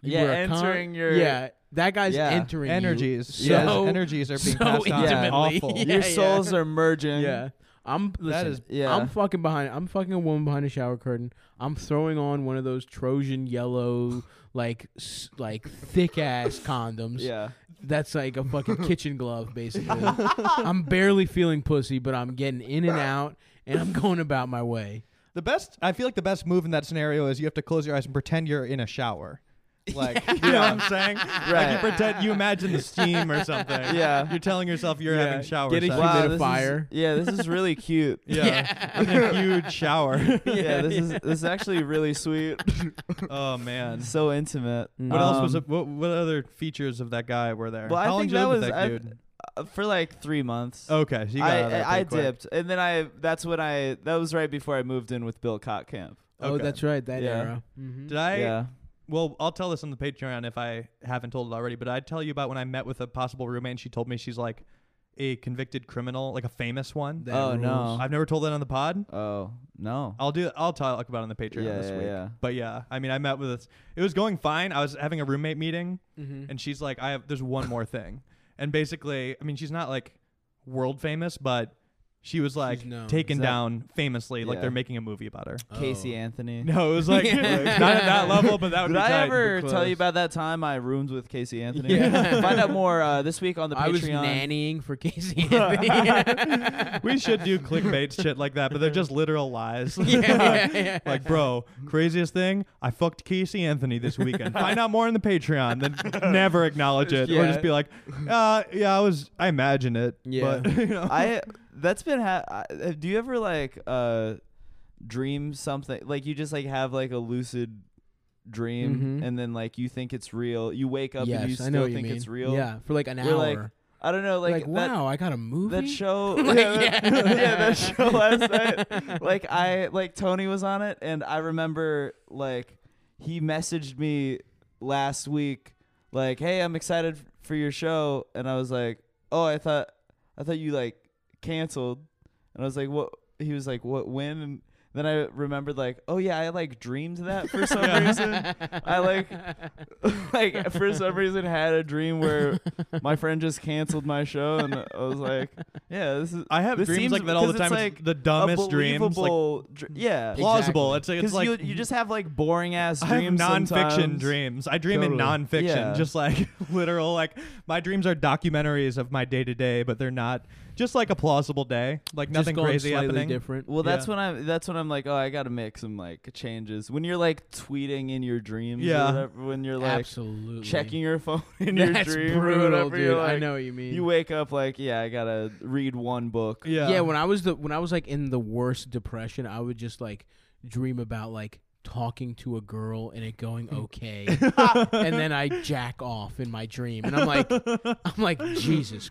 S3: You
S2: Yeah,
S3: are a con-
S2: entering your-
S3: yeah. That guy's
S2: Yeah.
S3: entering you.
S1: Energies.
S3: So,
S1: yes, energies are being
S3: so
S1: passed on.
S2: intimately. *laughs*
S1: Awful.
S3: Yeah,
S2: Your
S3: yeah.
S2: souls are merging.
S1: *laughs*
S3: Yeah. I'm listen,
S1: is-
S2: Yeah.
S3: I'm fucking behind I'm fucking a woman behind a shower curtain. I'm throwing on one of those Trojan yellow like s- like thick ass condoms.
S2: Yeah.
S3: That's like a fucking kitchen glove basically. I'm barely feeling pussy, but I'm getting in and out and I'm going about my way.
S1: The best, I feel like the best move in that scenario is you have to close your eyes and pretend you're in a
S2: *laughs*
S1: shower. Like, you know what I'm saying? Like, you
S2: Right.
S1: pretend, you imagine the steam or something.
S2: *laughs* Yeah.
S1: You're telling yourself you're
S3: Yeah,
S1: having shower
S3: get a
S1: sex.
S2: Wow, this
S3: Humidifier.
S2: Is, yeah, this is really cute.
S1: Yeah.
S2: *laughs*
S1: I'm in a huge shower.
S2: *laughs* yeah, this is this is actually really sweet.
S1: oh, man.
S2: so intimate.
S1: What else was
S2: Um,
S1: it? What, what other features of that guy were there?
S2: Well, I
S1: How long
S2: think
S1: did you
S2: that
S1: live with
S2: was-
S1: that
S2: I-
S1: dude?
S2: uh, for like three months.
S1: Okay, so you got
S2: I
S1: out of there
S2: I, I
S1: pretty quick.
S2: dipped, and then I that's when I that was right before I moved in with Bill Cottcamp.
S3: *laughs* Oh,
S1: Okay.
S3: that's right. That
S2: Yeah.
S3: era. Mhm.
S1: Did I?
S2: yeah,
S1: Well, I'll tell this on the Patreon if I haven't told it already, but I'd tell you about when I met with a possible roommate and she told me she's like a convicted criminal, like a famous one.
S3: That
S2: Oh,
S3: rules.
S2: no.
S1: I've never told that on the pod.
S2: Oh no.
S1: I'll do. I'll talk about it on the Patreon
S2: Yeah,
S1: this
S2: yeah,
S1: week.
S2: yeah.
S1: But yeah, I mean, I met with. This, it was going fine. I was having a roommate meeting, and she's like, "I have. There's one more thing." And basically, I mean, she's not like world famous, but she was like
S3: known.
S1: taken
S2: Is that-
S1: down famously, like
S2: Yeah.
S1: they're making a movie about
S2: *laughs*
S1: her.
S2: Casey Anthony.
S1: No, it was like *laughs* not at that level, but that would
S2: Did
S1: be
S2: I
S1: tight.
S2: ever
S3: Close.
S2: tell you about that time I roomed with Casey Anthony? *laughs*
S3: Yeah.
S2: Find out more uh, this week on the Patreon.
S3: *laughs* I was nannying
S2: *laughs*
S3: for Casey Anthony. *laughs* yeah,
S1: we should do clickbait shit like that, but they're just literal lies.
S3: *laughs* yeah, yeah.
S1: *laughs* Like, bro, craziest thing, I fucked Casey Anthony this weekend. Find out more on the Patreon, *laughs* then never acknowledge it, or
S3: Yeah.
S1: just be like, uh, yeah, I was, I imagine it.
S3: Yeah.
S1: But, *laughs* you know.
S2: *laughs* I that's been ha- I, do you ever like uh dream something like you just like have like a lucid dream
S3: Mhm.
S2: and then like you think it's real you wake up and you
S3: yes,
S2: still
S3: I know what you
S2: think
S3: mean.
S2: it's real
S3: Yeah, for like an
S2: We're
S3: hour.
S2: like I don't know like,
S3: like,
S2: that,
S3: wow, I got a movie.
S2: that
S3: *laughs*
S2: show *laughs*
S3: Like,
S2: yeah, that, *laughs*
S3: yeah.
S2: yeah, that show last night like I like Tony was on it and I remember like he messaged me last week like hey I'm excited f- for your show and I was like oh I thought I thought you like canceled and I was like what he was like what when and then I remembered like oh yeah I like dreamed that for some
S1: *laughs*
S2: reason I like like for some reason had a dream
S3: *laughs*
S2: where my friend just canceled my show and I was like yeah this is
S1: I have
S2: this
S1: dreams
S2: seems,
S1: like that all the
S2: 'cause
S1: time.
S2: It's
S1: It's
S2: like
S1: the dumbest
S2: a
S1: dreams, like-
S2: believable dr- yeah,
S3: Exactly.
S1: plausible. It's like, it's
S2: because
S1: like
S2: you you just have like boring ass
S1: I have
S2: dreams.
S1: nonfiction
S2: sometimes.
S1: dreams. I dream in
S3: Totally.
S1: nonfiction,
S2: Yeah.
S1: just like *laughs* literal. Like my dreams are documentaries of my day to day, but they're not just like a plausible day, like
S3: Just
S1: nothing
S3: going
S1: crazy
S3: slightly
S1: happening.
S3: different.
S2: Well, that's
S1: Yeah.
S2: when I'm. That's when I'm like, oh, I gotta make some like changes. When you're like tweeting in your dreams, or
S1: Yeah.
S2: whatever, when you're like
S3: Absolutely *laughs*
S2: checking your *laughs* phone in your
S3: That's
S2: dream,
S3: brutal,
S2: or whatever,
S3: dude.
S2: you're
S3: I
S2: like-
S3: know what you mean.
S2: You wake up like, yeah, I gotta read one book.
S1: Yeah.
S3: yeah, when I was the when I was like in the worst depression, I would just like dream about like talking to a girl and it going
S1: Mm. *laughs*
S3: okay, and then I jack off in my dream, and I'm like, I'm like Jesus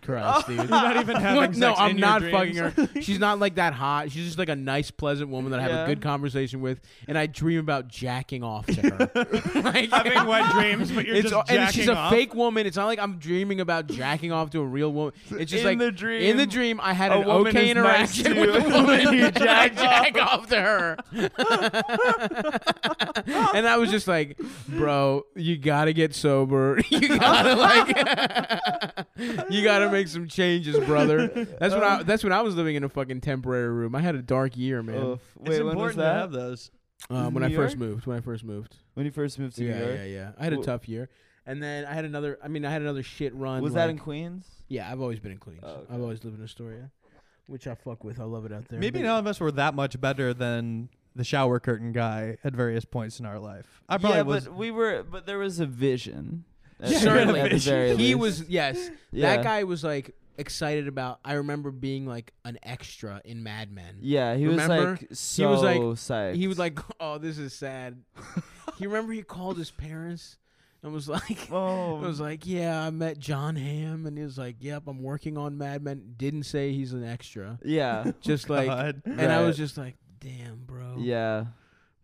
S1: *laughs*
S3: Christ, dude.
S1: not even having
S3: Like, no,
S1: sex
S3: I'm
S1: in your
S3: not fucking
S1: dreams. *laughs*
S3: her. She's not like that hot. She's just like a nice, pleasant woman that I have
S2: Yeah.
S3: a good conversation with, and I dream about jacking off to
S1: *laughs*
S3: her. *laughs* Like-
S1: having wet dreams, but you're
S3: it's
S1: just
S3: and she's a
S1: jacking off?
S3: fake woman. It's not like I'm dreaming about jacking off to a real woman. It's just
S2: In
S3: like
S2: the dream,
S3: in the dream, I had
S2: a
S3: an
S2: woman
S3: okay
S2: is nice
S3: interaction
S2: to
S3: with
S2: you, *laughs*
S3: a woman,
S2: and you
S3: and I
S2: jack
S3: jack off to her. *laughs* and I was just like, bro, you gotta get sober. *laughs* You gotta like, *laughs* you gotta make some changes, brother. That's when I. That's when I was living in a fucking temporary room. I had a dark year, man.
S2: Oof.
S1: It's
S2: Wait, when was
S1: important to
S2: that?
S1: have those.
S3: Uh, when
S2: Uh, New
S3: I first
S2: York?
S3: moved. When I first moved.
S2: When you first moved to
S3: yeah,
S2: New York,
S3: yeah, yeah. I had a
S2: Wh-
S3: tough year, and then I had another. I mean, I had another shit run.
S2: was that
S3: like-
S2: in Queens?
S3: Yeah, I've always been in Queens.
S2: Oh, okay.
S3: I've always lived in Astoria, which I fuck with. I love it out there.
S1: Maybe
S3: But-
S1: none of us were that much better than the shower curtain guy at various points in our life. I probably
S2: yeah,
S1: was.
S2: but we were, but there was a
S3: *laughs*
S2: vision. at-
S1: Yeah,
S3: Certainly.
S2: at the very
S3: he
S2: least. *laughs*
S3: was yes.
S2: Yeah.
S3: That guy was like excited about. I remember being like an extra in Mad Men.
S2: Yeah, he
S3: Remember?
S2: was like so
S3: He was like-
S2: psyched.
S3: He was like, *laughs* "Oh, this is sad."
S2: *laughs*
S3: he remember he called his parents and was like, *laughs*
S2: "Oh,
S3: I was like, yeah, I met John Hamm, and he was like, yep, I'm working on Mad Men. Didn't say he's an extra, *laughs*
S2: yeah,
S3: just like,
S1: God.
S3: and I was
S2: Oh, Right.
S3: just like, damn, bro.
S2: yeah."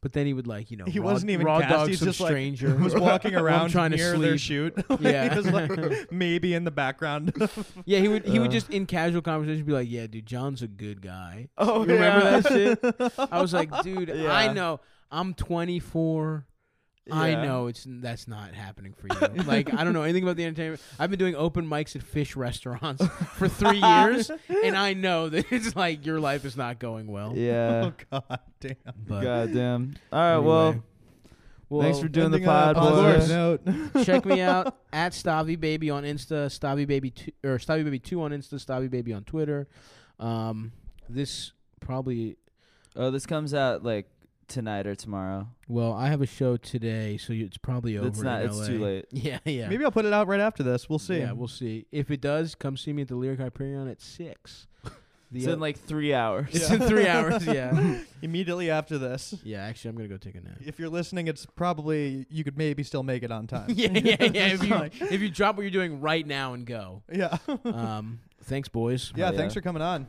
S3: But then he would like, you know,
S1: He
S3: raw,
S1: wasn't even
S3: raw
S1: cast,
S3: dog
S1: he's
S3: some
S1: just, like,
S3: stranger
S1: *laughs* was
S3: *laughs*
S1: walking
S3: while I'm
S1: around
S3: trying to
S1: near
S3: sleep.
S1: their shoot. *laughs* Like,
S3: Yeah.
S1: he was
S3: *laughs*
S1: like maybe in the background. *laughs*
S3: Yeah, he would he would
S2: Uh.
S3: just in casual conversation be like, "Yeah, dude, John's a good guy."
S2: Oh,
S3: you remember that
S1: *laughs*
S3: shit? I was like, "Dude, I
S2: Yeah.
S3: know. I'm 24. I
S2: Yeah. *laughs*
S3: know it's that's not happening for
S1: *laughs*
S3: you. like, I don't know anything about the entertainment. I've been doing open mics at fish restaurants *laughs* for 3 years, and I know that it's like your life is not going well."
S2: Yeah. *laughs*
S1: oh god damn.
S3: But
S2: God damn. All right.
S3: anyway.
S2: Well, thanks for doing the pod, boys.
S1: Note. *laughs*
S3: check me out at Stabby Baby on Insta, Stabby Baby two, or Stabby Baby two on Insta, Stabby Baby on Twitter. Um, this probably
S2: Oh, this comes out like tonight or tomorrow.
S3: well, I have a show today, so you- it's probably over.
S2: It's not.
S3: in
S2: It's
S3: LA.
S2: too late.
S3: *laughs* Yeah, *laughs* yeah.
S1: Maybe I'll put it out right after this. We'll see.
S3: Yeah, we'll see. If it does, come see me at the Lyric Hyperion at *laughs* six. The
S2: It's
S3: o-
S2: in like three hours.
S3: *laughs* it's in three hours. *laughs* Yeah,
S1: Immediately after this.
S3: yeah. Actually, I'm gonna go take a nap.
S1: If you're listening, it's probably you could maybe still make it on time.
S3: *laughs* *laughs* yeah, yeah, yeah.
S1: *laughs*
S3: If
S1: Like,
S3: you, *laughs* if you drop what you're doing right now and go,
S1: yeah.
S3: um, thanks, boys.
S1: yeah,
S2: yeah.
S1: thanks for coming on.